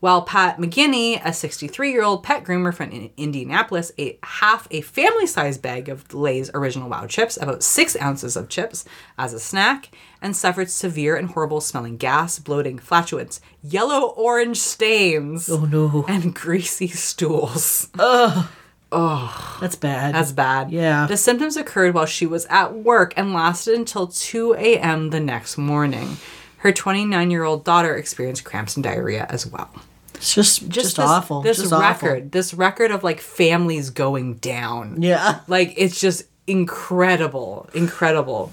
Speaker 1: While Pat McGinney, a 63 year old pet groomer from In- Indianapolis, ate half a family sized bag of Lay's original wow chips, about six ounces of chips, as a snack, and suffered severe and horrible smelling gas, bloating, flatulence, yellow orange stains,
Speaker 2: Oh no.
Speaker 1: and greasy stools.
Speaker 2: That's bad.
Speaker 1: That's bad.
Speaker 2: Yeah.
Speaker 1: The symptoms occurred while she was at work and lasted until 2 a.m. the next morning. Her 29 year old daughter experienced cramps and diarrhea as well.
Speaker 2: It's just just,
Speaker 1: Just, this,
Speaker 2: awful.
Speaker 1: This
Speaker 2: just awful.
Speaker 1: record, this record of like families going down.
Speaker 2: Yeah.
Speaker 1: Like it's just incredible, incredible.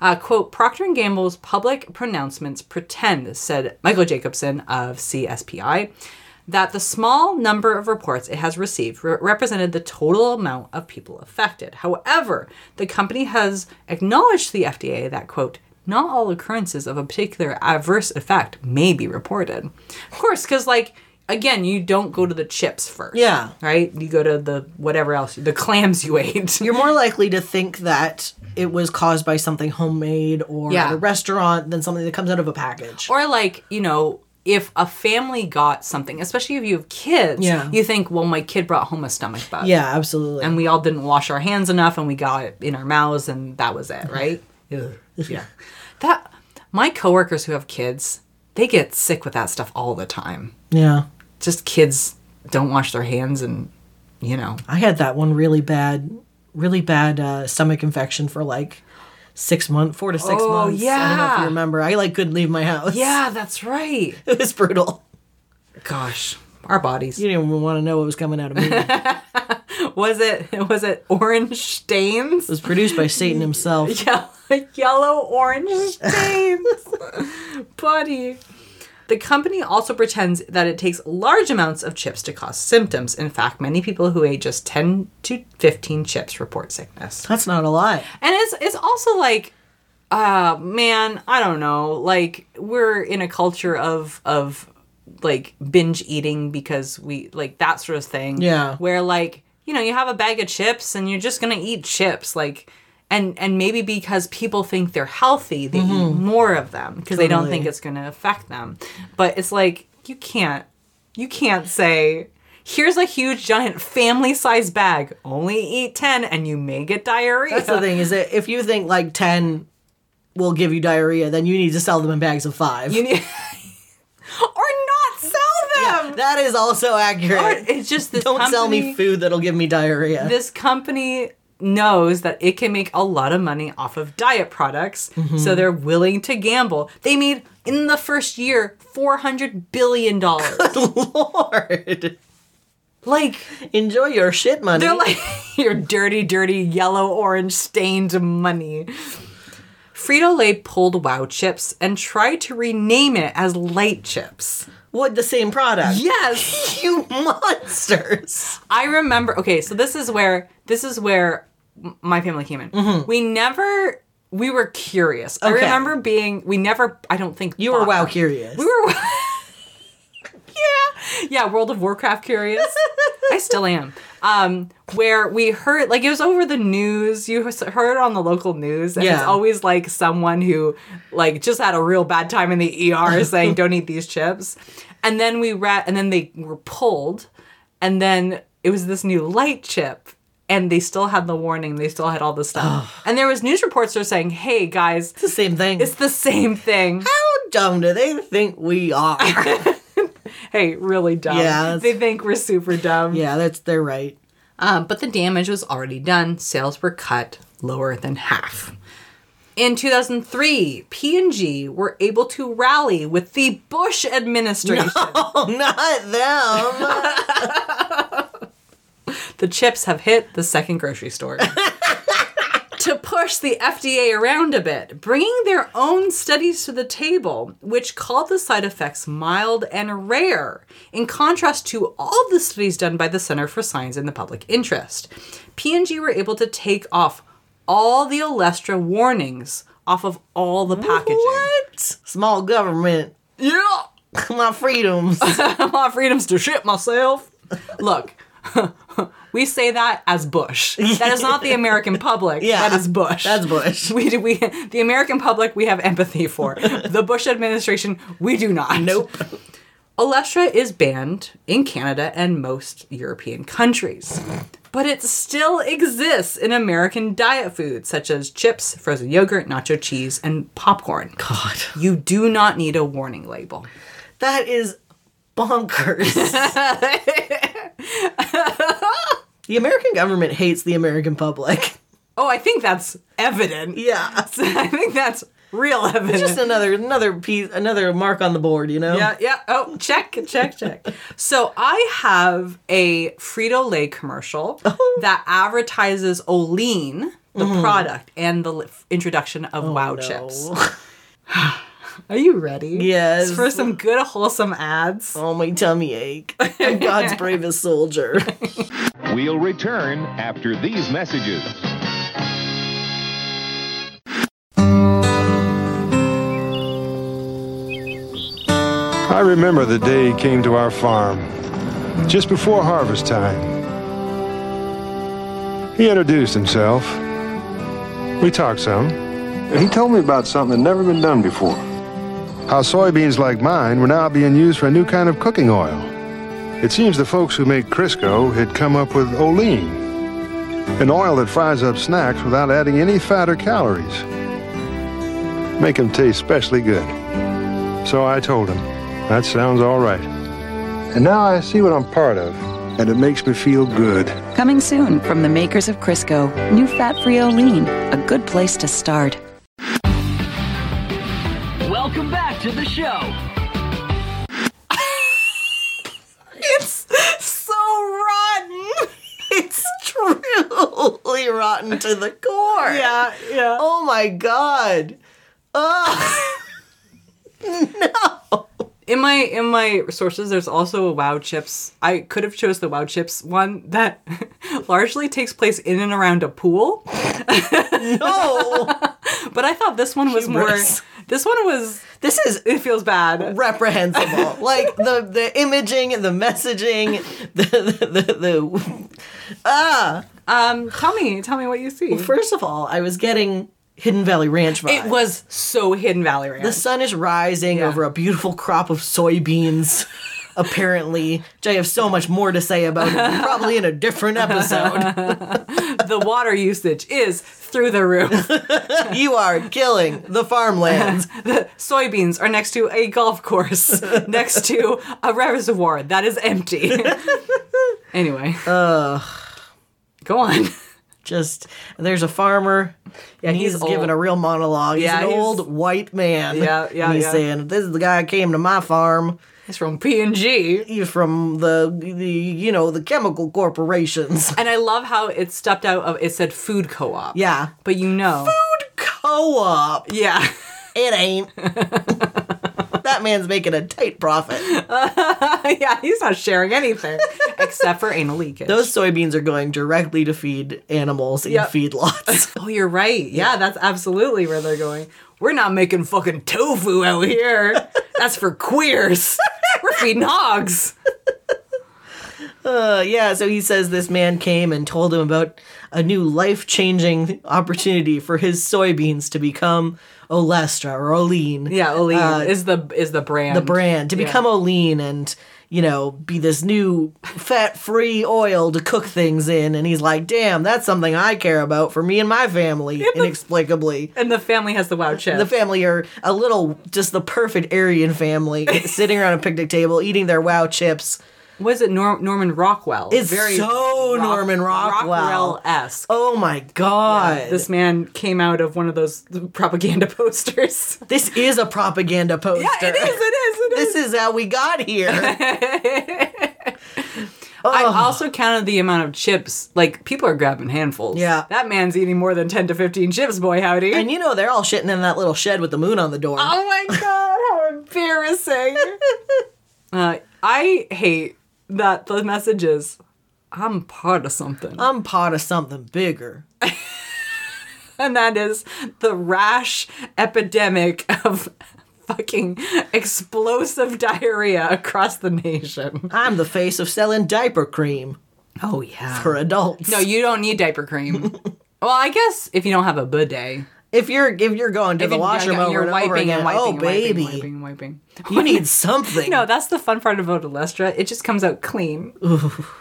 Speaker 1: Uh, quote: Procter and Gamble's public pronouncements pretend," said Michael Jacobson of CSPI, "that the small number of reports it has received re- represented the total amount of people affected. However, the company has acknowledged to the FDA that quote." Not all occurrences of a particular adverse effect may be reported. Of course, because, like, again, you don't go to the chips first.
Speaker 2: Yeah.
Speaker 1: Right? You go to the whatever else, the clams you ate.
Speaker 2: You're more likely to think that it was caused by something homemade or
Speaker 1: Yeah.
Speaker 2: at a restaurant than something that comes out of a package.
Speaker 1: or like you know if a family got something especially if you have kids
Speaker 2: Yeah.
Speaker 1: you think well my kid brought home a stomach bug
Speaker 2: yeah, absolutely.
Speaker 1: and we all didn't wash our hands enough and we got it in our mouths and that was it right Ugh. yeah that my coworkers who have kids they get sick with that stuff all the time
Speaker 2: yeah.
Speaker 1: just kids don't wash their hands and you know
Speaker 2: I had that one really bad, really bad uh, stomach infection for like six months, four to six
Speaker 1: Oh,
Speaker 2: months. I don't know if
Speaker 1: yeah.
Speaker 2: you remember. I like couldn't leave my house.
Speaker 1: yeah that's right
Speaker 2: It was brutal.
Speaker 1: gosh our bodies
Speaker 2: You didn't even want to know what was coming out of me. it
Speaker 1: was it was it orange stains
Speaker 2: was produced by Satan himself.
Speaker 1: yellow, yellow orange stains. Buddy. The company also pretends that it takes large amounts of chips to cause symptoms. In fact, many people who ate just 10 to 15 chips report sickness.
Speaker 2: That's not a lot.
Speaker 1: And it's it's also like uh man, I don't know. Like we're in a culture of of like binge eating because we like that sort of thing.
Speaker 2: Yeah.
Speaker 1: Where like, you know, you have a bag of chips and you're just going to eat chips like and and maybe because people think they're healthy, they eat more of them because they don't
Speaker 2: Mm-hmm. Totally.
Speaker 1: think it's going to affect them. But it's like you can't you can't say Here's a huge, giant, family-sized bag. Only eat ten, and you may get diarrhea.
Speaker 2: That's the thing is that if you think like 10 will give you diarrhea, then you need to sell them in bags of five.
Speaker 1: You need or not sell them.
Speaker 2: that is also
Speaker 1: Or
Speaker 2: accurate.
Speaker 1: it's just this
Speaker 2: Don't
Speaker 1: company,
Speaker 2: sell me food that'll give me diarrhea.
Speaker 1: This company knows that it can make a lot of money off of diet products,
Speaker 2: Mm-hmm.
Speaker 1: so they're willing to gamble. They made in the first year four hundred billion dollars.
Speaker 2: Lord.
Speaker 1: like
Speaker 2: Enjoy your shit money.
Speaker 1: they're like your dirty, dirty yellow orange stained money. Frito Lay pulled Wow Chips and tried to rename it as Light Chips.
Speaker 2: what the same product.
Speaker 1: Yes.
Speaker 2: You monsters.
Speaker 1: I remember. Okay, so this is where this is where m- my family came in. We never. We were curious. I
Speaker 2: Mm-hmm. Okay.
Speaker 1: remember being. We never. I don't think
Speaker 2: You were
Speaker 1: bought
Speaker 2: wow
Speaker 1: them.
Speaker 2: curious.
Speaker 1: We were. yeah, yeah. World of Warcraft curious. I still am. Um, where we heard like it was over the news. You s- heard on the local news, and it's
Speaker 2: Yeah.
Speaker 1: always like someone who like just had a real bad time in the ER saying, "Don't eat these chips," and then we read, and then they were pulled, and then it was this new light chip. And they still had the warning. They still had all this stuff. and there was news reports that were saying, "Hey guys,
Speaker 2: it's the same thing.
Speaker 1: it's the same thing."
Speaker 2: How dumb do they think we are?
Speaker 1: hey, really dumb.
Speaker 2: Yeah, that's-
Speaker 1: They think we're super dumb.
Speaker 2: yeah, that's they're right.
Speaker 1: Um, but the damage was already done. Sales were cut lower than half. In 2003, P&G were able to rally with the Bush administration.
Speaker 2: Oh, not them.
Speaker 1: The chips have hit the second grocery store. to push the FDA around a bit, bringing their own studies to the table, which called the side effects mild and rare, in contrast to all the studies done by the Center for Science in the Public Interest. P&G were able to take off all the Olestra warnings off of all the packaging.
Speaker 2: what? Small government.
Speaker 1: Yeah.
Speaker 2: My freedoms.
Speaker 1: my freedoms to shit myself. Look, we say that as Bush. That is not the American public.
Speaker 2: Yeah.
Speaker 1: that is Bush.
Speaker 2: That's Bush.
Speaker 1: We do we the American public we have empathy for. the Bush administration we do not.
Speaker 2: Nope.
Speaker 1: Olestra is banned in Canada and most European countries. But it still exists in American diet foods such as chips, frozen yogurt, nacho cheese, and popcorn.
Speaker 2: God.
Speaker 1: You do not need a warning label.
Speaker 2: That is bonkers. the American government hates the American public.
Speaker 1: Oh, I think that's evident.
Speaker 2: Yeah.
Speaker 1: I think that's Real evidence.
Speaker 2: Just another another piece, another mark on the board, you know.
Speaker 1: yeah, yeah. Oh, check, check, check. So I have a Frito Lay commercial
Speaker 2: Oh.
Speaker 1: that advertises Olean, the
Speaker 2: Mm-hmm.
Speaker 1: product, and the li- introduction of
Speaker 2: Oh,
Speaker 1: Wow Chips. Are you ready?
Speaker 2: Yes.
Speaker 1: For some good, wholesome ads.
Speaker 2: Oh, my tummy ache. I'm God's bravest soldier.
Speaker 3: We'll return after these messages.
Speaker 4: I remember the day he came to our farm, just before harvest time. He introduced himself. We talked some.
Speaker 5: He told me about something that never been done before.
Speaker 4: How soybeans like mine were now being used for a new kind of cooking oil. It seems the folks who made Crisco had come up with Olean, an oil that fries up snacks without adding any fat or calories. Make 'em taste specially good. So I told him, that sounds all right. And now I see what I'm part of, and it makes me feel good.
Speaker 6: Coming soon from the makers of Crisco, new fat-free Olean, a good place to start.
Speaker 7: Welcome back to the show.
Speaker 1: It's so rotten.
Speaker 2: it's truly rotten to the core.
Speaker 1: Yeah, yeah.
Speaker 2: Oh my God.
Speaker 1: in my in my sources there's also a wow chips i could have chose the wow chips one that largely takes place in and around a pool
Speaker 2: No.
Speaker 1: but i thought this one was
Speaker 2: Hubris.
Speaker 1: more this one was
Speaker 2: this is
Speaker 1: it feels bad
Speaker 2: reprehensible. like the the imaging, the messaging, the the, the, the
Speaker 1: um tell me tell me what you see
Speaker 2: First of all, I was getting Hidden Valley Ranch vibes.
Speaker 1: it was so hidden valley ranch
Speaker 2: The sun is rising over a beautiful crop of soybeans, apparently, which I have so much more to say about, probably in a different episode.
Speaker 1: the water usage is through the roof
Speaker 2: you are killing the farmlands.
Speaker 1: soybeans are next to a golf course next to a reservoir that is empty anyway Ugh. go on
Speaker 2: Just, there's a farmer. Yeah, he's,
Speaker 1: he's
Speaker 2: giving
Speaker 1: old.
Speaker 2: a real monologue.
Speaker 1: Yeah,
Speaker 2: he's an
Speaker 1: he's-
Speaker 2: old white man.
Speaker 1: Yeah, yeah,
Speaker 2: And he's
Speaker 1: yeah.
Speaker 2: saying, This is the guy who came to my farm.
Speaker 1: it's from p&g
Speaker 2: He's from the, the you know, the chemical corporations.
Speaker 1: And I love how it stepped out of it said food co-op.
Speaker 2: Yeah.
Speaker 1: But you know.
Speaker 2: Co op.
Speaker 1: Yeah.
Speaker 2: It ain't. that man's making a tight profit.
Speaker 1: yeah, he's not sharing anything except for anal leakage.
Speaker 2: Those soybeans are going directly to feed animals in
Speaker 1: Yep.
Speaker 2: feedlots.
Speaker 1: oh, you're right. Yeah, that's absolutely where they're going. We're not making fucking tofu out here. that's for queers. We're feeding hogs.
Speaker 2: Uh, yeah, so he says this man came and told him about a new life changing opportunity for his soybeans to become Olestra or Uh, Olean.
Speaker 1: Yeah, Olean is the is the brand.
Speaker 2: The brand, to become Olean and, you know, be this new fat free oil to cook things in. And he's like, damn, that's something I care about for me and my family, inexplicably.
Speaker 1: And the family has the wow chip.
Speaker 2: the family are a little just the perfect Aryan family sitting around a picnic table eating their wow chips.
Speaker 1: Was it Nor- Norman Rockwell?
Speaker 2: It's so Norman Rockwell.
Speaker 1: esque.
Speaker 2: Oh my god.
Speaker 1: This man came out of one of those propaganda posters.
Speaker 2: This is a propaganda poster.
Speaker 1: Yeah, it is. It is. It is.
Speaker 2: This is how we got here.
Speaker 1: I also counted the amount of chips. Like people are grabbing handfuls.
Speaker 2: Yeah.
Speaker 1: that man's eating more than ten to fifteen chips. Boy, howdy!
Speaker 2: and you know they're all shitting in that little shed with the moon on the door.
Speaker 1: oh my god, how embarrassing! uh, I hate that the message is, "I'm part of something,"
Speaker 2: I'm part of something bigger.
Speaker 1: and that is the rash epidemic of. Fucking explosive diarrhea across the nation.
Speaker 2: I'm the face of selling diaper cream
Speaker 1: Oh, yeah.
Speaker 2: for adults.
Speaker 1: No, you don't need diaper cream. well, I guess if you don't have a bidet,
Speaker 2: if you're if you're going to
Speaker 1: If
Speaker 2: the
Speaker 1: you-
Speaker 2: washroom
Speaker 1: yeah,
Speaker 2: over and over again, oh
Speaker 1: and
Speaker 2: baby,
Speaker 1: wiping, and wiping, and
Speaker 2: you
Speaker 1: wiping.
Speaker 2: need something.
Speaker 1: No, that's the fun part about Olestra. It just comes out clean.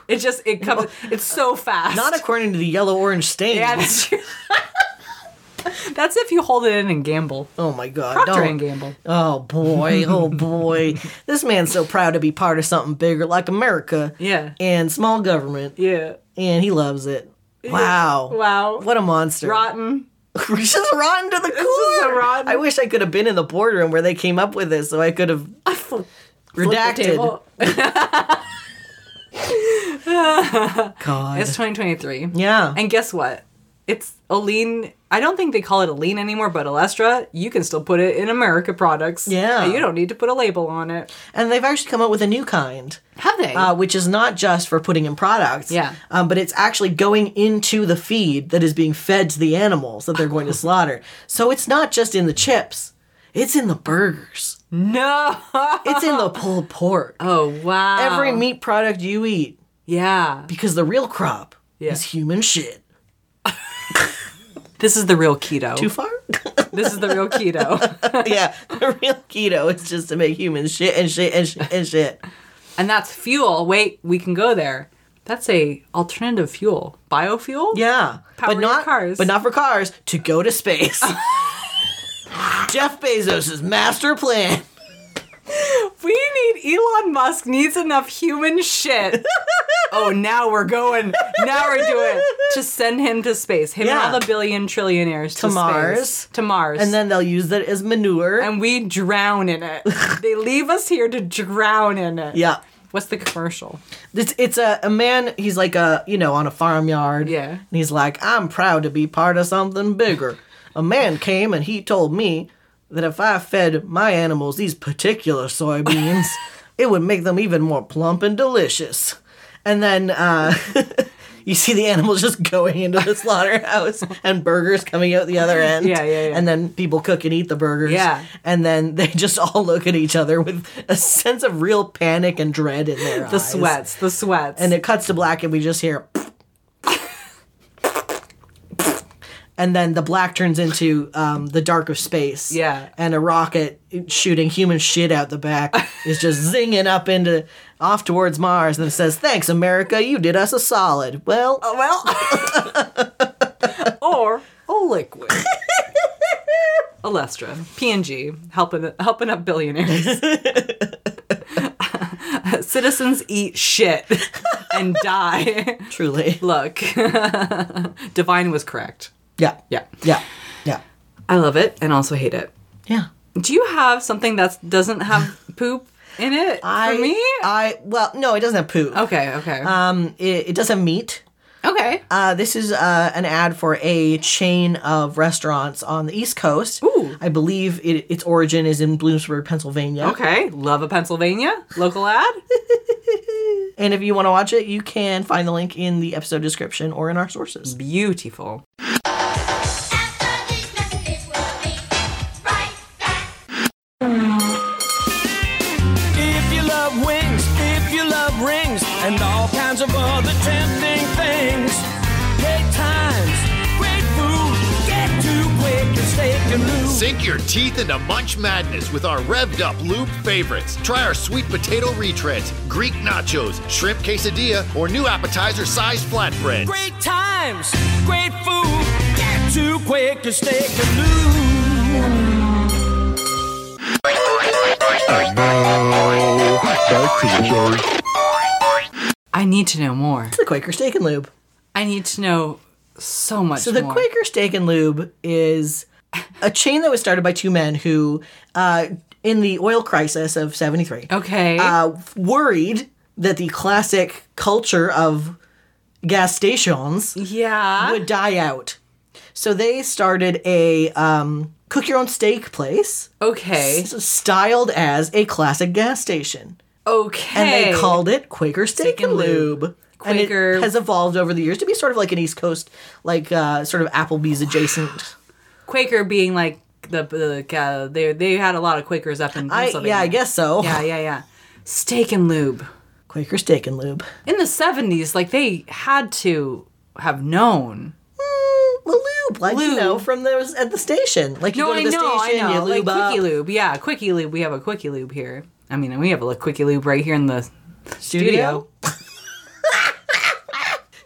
Speaker 1: It just it comes. It's so fast.
Speaker 2: Not according to the yellow orange stain.
Speaker 1: yeah, that's true. that's if you hold it in and gamble.
Speaker 2: oh my god,
Speaker 1: Procter
Speaker 2: don't.
Speaker 1: and Gamble.
Speaker 2: Oh boy, oh boy. this man's so proud to be part of something bigger like America
Speaker 1: Yeah.
Speaker 2: and small government.
Speaker 1: Yeah.
Speaker 2: and he loves it. Wow.
Speaker 1: Wow.
Speaker 2: What a monster.
Speaker 1: Rotten.
Speaker 2: She's rotten to the core.
Speaker 1: rotten-
Speaker 2: I wish I could have been in the boardroom where they came up with this, so I could have redacted. God.
Speaker 1: It's 2023.
Speaker 2: Yeah.
Speaker 1: And guess what? It's Aline. I don't think they call it Aline anymore, but Alestra, you can still put it in America products.
Speaker 2: Yeah.
Speaker 1: You don't need to put a label on it.
Speaker 2: and they've actually come up with a new kind.
Speaker 1: Have they?
Speaker 2: uh, which is not just for putting in products,
Speaker 1: Yeah.
Speaker 2: um, but it's actually going into the feed that is being fed to the animals that they're going to slaughter. So it's not just in the chips; it's in the burgers,
Speaker 1: no.
Speaker 2: it's in the pulled pork,
Speaker 1: oh, wow.
Speaker 2: every meat product you eat,
Speaker 1: Yeah.
Speaker 2: because the real crop
Speaker 1: Yeah.
Speaker 2: is human shit.
Speaker 1: This is the real keto.
Speaker 2: Too far?
Speaker 1: this is the real keto.
Speaker 2: yeah, the real keto is just to make human shit and shit and shit and shit.
Speaker 1: and that's fuel. Wait, we can go there. That's a alternative fuel. Biofuel?
Speaker 2: Yeah,
Speaker 1: Power your
Speaker 2: but not
Speaker 1: cars.
Speaker 2: But not for cars to go to space. Jeff Bezos' master plan.
Speaker 1: We need Elon Musk needs enough human shit. oh, now we're going. Now we're doing to send him to space. Him
Speaker 2: Yeah.
Speaker 1: and all the billion trillionaires to, space.
Speaker 2: Mars.
Speaker 1: to Mars,
Speaker 2: and then they'll use it as manure.
Speaker 1: and we drown in it. they leave us here to drown in it.
Speaker 2: yeah.
Speaker 1: What's the commercial?
Speaker 2: It's, it's a, a man, he's like a, you know, on a farmyard.
Speaker 1: Yeah.
Speaker 2: And he's like, I'm proud to be part of something bigger. a man came and he told me that if I fed my animals these particular soybeans, it would make them even more plump and delicious. And then uh, you see the animals just going into the slaughterhouse and burgers coming out the other end.
Speaker 1: Yeah, yeah, yeah.
Speaker 2: And then people cook and eat the burgers.
Speaker 1: Yeah.
Speaker 2: And then they just all look at each other with a sense of real panic and dread in their eyes.
Speaker 1: The sweats. The sweats.
Speaker 2: And it cuts to black, and we just hear. And then the black turns into um, the dark of space.
Speaker 1: Yeah.
Speaker 2: And a rocket shooting human shit out the back is just zinging up into off towards Mars and it says, Thanks, America, you did us a solid. Well,
Speaker 1: well, or a liquid. Alestra, PNG, helping helping up billionaires. Citizens eat shit and die.
Speaker 2: truly.
Speaker 1: Look, Divine was correct.
Speaker 2: Yeah.
Speaker 1: Yeah,
Speaker 2: Yeah. Yeah.
Speaker 1: I love it and also hate it.
Speaker 2: Yeah.
Speaker 1: Do you have something that doesn't have poop in it
Speaker 2: I,
Speaker 1: for me? Oh.
Speaker 2: I, well, no, it doesn't have poop.
Speaker 1: okay, okay,
Speaker 2: Um, it, it does have meat.
Speaker 1: okay.
Speaker 2: Uh, this is uh, an ad for a chain of restaurants on the East Coast.
Speaker 1: Ooh.
Speaker 2: I believe it, its origin is in Bloomsburg, Pennsylvania.
Speaker 1: Okay, love a Pennsylvania local ad.
Speaker 2: And if you want to watch it, you can find the link in the episode description or in our sources.
Speaker 1: Beautiful.
Speaker 8: After these messages, we'll be right back.
Speaker 9: If you love wings, if you love rings, and all kinds of other tempting things. Great times, great food, get too quick and steak and lose.
Speaker 10: Sink your teeth into munch madness with our revved up loop favorites. Try our sweet potato retreads, Greek nachos, shrimp quesadilla, or new appetizer sized flatbread.
Speaker 9: Great times, great food, get too quick and steak and lose.
Speaker 4: Back to the yard.
Speaker 1: I need to know more.
Speaker 2: The Quaker Steak and Lube.
Speaker 1: I need to know so much
Speaker 2: So the
Speaker 1: more.
Speaker 2: Quaker Steak and Lube is a chain that was started by two men who, uh, in the oil crisis of 73,
Speaker 1: okay.
Speaker 2: uh, worried that the classic culture of gas stations
Speaker 1: yeah.
Speaker 2: would die out. So they started a um, cook your own steak place
Speaker 1: okay.
Speaker 2: s- styled as a classic gas station.
Speaker 1: Okay.
Speaker 2: And they called it Quaker Steak, and Lube.
Speaker 1: Quaker-
Speaker 2: And it has evolved over the years to be sort of like an East Coast, like uh, sort of Applebee's adjacent.
Speaker 1: Quaker being like the the uh, they they had a lot of Quakers up in
Speaker 2: I,
Speaker 1: Pennsylvania.
Speaker 2: yeah, I guess so.
Speaker 1: Yeah, yeah, yeah. Steak and lube.
Speaker 2: Quaker Steak and Lube.
Speaker 1: In the 70s, like they had to have known.
Speaker 2: Mm, well, lube, like you
Speaker 1: Lube.
Speaker 2: know, from those at the station. Like you
Speaker 1: No,
Speaker 2: go to
Speaker 1: I
Speaker 2: the
Speaker 1: know, I
Speaker 2: station,
Speaker 1: know.
Speaker 2: you
Speaker 1: like
Speaker 2: lube up.
Speaker 1: quickie lube. Yeah, quickie lube. We have a quickie lube here. I mean, we have a quickie lube right here in the studio.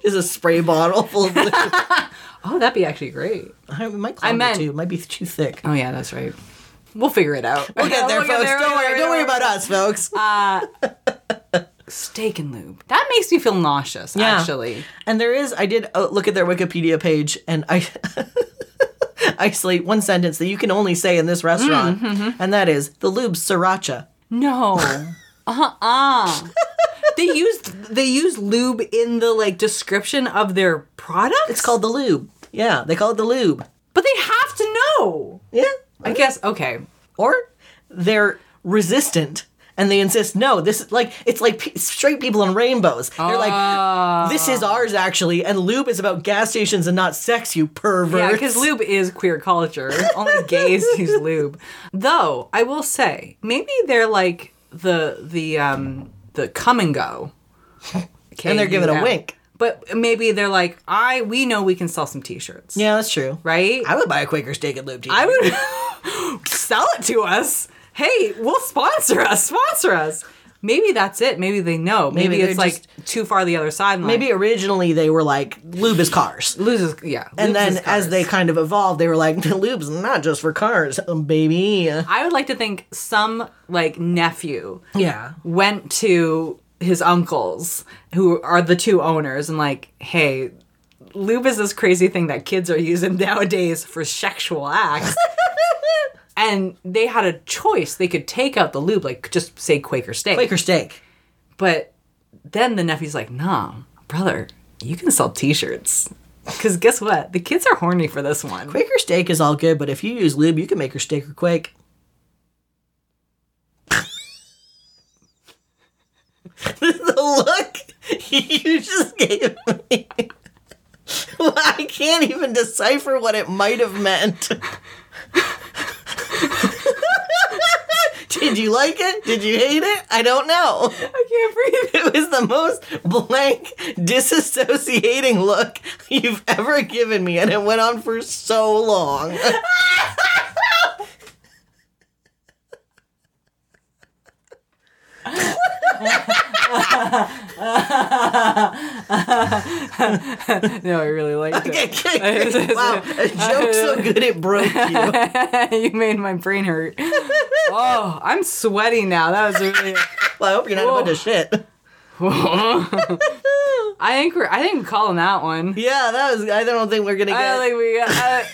Speaker 2: Just a spray bottle full of lube.
Speaker 1: Oh, that'd be actually great.
Speaker 2: I might clog
Speaker 1: meant-
Speaker 2: it too. It might be too thick.
Speaker 1: Oh yeah, that's right. We'll figure it out.
Speaker 2: We'll get there,
Speaker 1: We'll get
Speaker 2: folks.
Speaker 1: there,
Speaker 2: don't
Speaker 1: we'll get
Speaker 2: worry.
Speaker 1: there,
Speaker 2: Don't worry
Speaker 1: we'll
Speaker 2: about us,
Speaker 1: Uh,
Speaker 2: folks.
Speaker 1: steak and lube. That makes me feel nauseous,
Speaker 2: Yeah.
Speaker 1: actually.
Speaker 2: And there is, I did uh, look at their Wikipedia page, and I, isolate one sentence that you can only say in
Speaker 1: Mm,
Speaker 2: this restaurant,
Speaker 1: mm-hmm.
Speaker 2: and that is the lube's sriracha.
Speaker 1: No. uh uh they used they used lube in the like description of their product.
Speaker 2: It's called the lube. Yeah, they call it the lube.
Speaker 1: But they have to know.
Speaker 2: Yeah.
Speaker 1: I guess okay.
Speaker 2: Or they're resistant and they insist, no, this is like, it's like p- straight people on rainbows. They're like, this
Speaker 1: Ah.
Speaker 2: is ours actually, and lube is about gas stations and not sex, you pervert.
Speaker 1: Yeah, because lube is queer culture. Only gays use lube. Though I will say, maybe they're like the the um the come and go.
Speaker 2: And they're giving a
Speaker 1: K-U-M.
Speaker 2: wink.
Speaker 1: But maybe they're like, I we know we can sell some t-shirts.
Speaker 2: Yeah, that's true.
Speaker 1: Right?
Speaker 2: I would buy a Quaker steak and lube.
Speaker 1: I would sell it to us. Hey, we'll sponsor us. Sponsor us. Maybe that's it. Maybe they know. Maybe,
Speaker 2: Maybe
Speaker 1: it's
Speaker 2: they're
Speaker 1: like too far the other side. and, like,
Speaker 2: Maybe originally they were like lube is cars.
Speaker 1: loses. Yeah.
Speaker 2: And
Speaker 1: loses
Speaker 2: then as
Speaker 1: cars.
Speaker 2: they kind of evolved, they were like, lube's not just for cars, baby.
Speaker 1: I would like to think some like nephew
Speaker 2: Yeah.
Speaker 1: went to his uncles who are the two owners and like, hey, lube is this crazy thing that kids are using nowadays for sexual acts. and they had a choice. They could take out the lube, like just say Quaker steak.
Speaker 2: Quaker steak.
Speaker 1: But then the nephew's like, nah, brother, you can sell t shirts. Because guess what? The kids are horny for this one.
Speaker 2: Quaker steak is all good, but if you use lube, you can make your steak or quake. the look you just gave me. I can't even decipher what it might have meant. Did you like it? Did you hate it? I don't
Speaker 1: I
Speaker 2: know.
Speaker 1: can't breathe.
Speaker 2: It was the most blank, disassociating look you've ever given me, and it went on for so long.
Speaker 1: No, I really liked it.
Speaker 2: wow, a joke so good it broke you.
Speaker 1: you made my brain hurt. oh, I'm sweating now. That was really.
Speaker 2: Well, I hope you're not a bunch of shit.
Speaker 1: I think we're. I think I'm calling that one.
Speaker 2: Yeah, that was. I don't think we're gonna
Speaker 1: I
Speaker 2: get.
Speaker 1: don't think we got. I,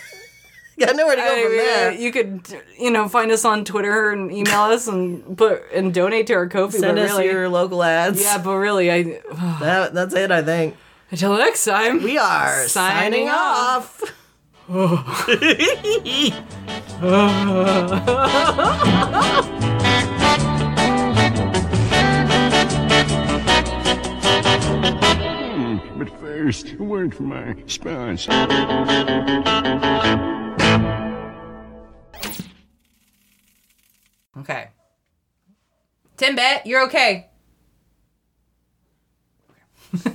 Speaker 2: got nowhere to
Speaker 1: I
Speaker 2: go
Speaker 1: think
Speaker 2: from
Speaker 1: we
Speaker 2: there.
Speaker 1: got- you could, you know, find us on Twitter and email us and put and donate to our Kofi. but
Speaker 2: Send us
Speaker 1: really,
Speaker 2: your local ads.
Speaker 1: yeah, but really, I.
Speaker 2: That- that's it. I think
Speaker 1: Until next time,
Speaker 2: we are
Speaker 1: Signing
Speaker 2: signing,
Speaker 1: off.
Speaker 2: off.
Speaker 5: But first, a word from our sponsor.
Speaker 1: Okay. Timbet, you're okay.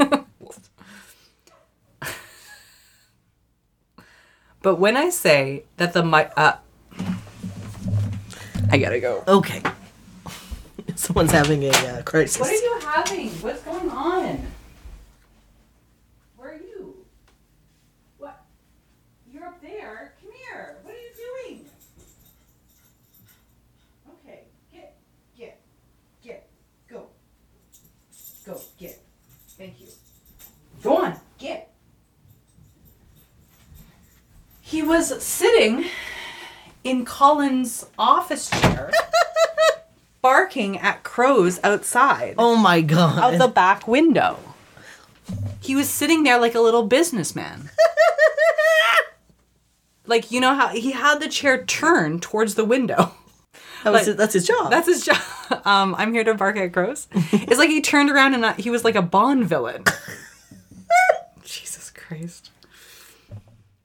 Speaker 1: but when I say that the mic, uh, I gotta go.
Speaker 2: Okay. Someone's having a uh, crisis.
Speaker 1: you having? What's going on? Where are you? What? You're up there. Come here. What are you doing?
Speaker 11: Okay, get, get, get, go. Go, get. Thank you. Go on, get.
Speaker 1: He was sitting in Colin's office chair, barking at crows outside
Speaker 2: Oh my god.
Speaker 1: of the back window. He was sitting there like a little businessman. like, you know how he had the chair turned towards the window.
Speaker 2: that was
Speaker 1: like-
Speaker 2: his, that's his job.
Speaker 1: That's his job. Um, I'm here to bark at crows. It's like he turned around and uh, he was like a Bond villain. Jesus Christ.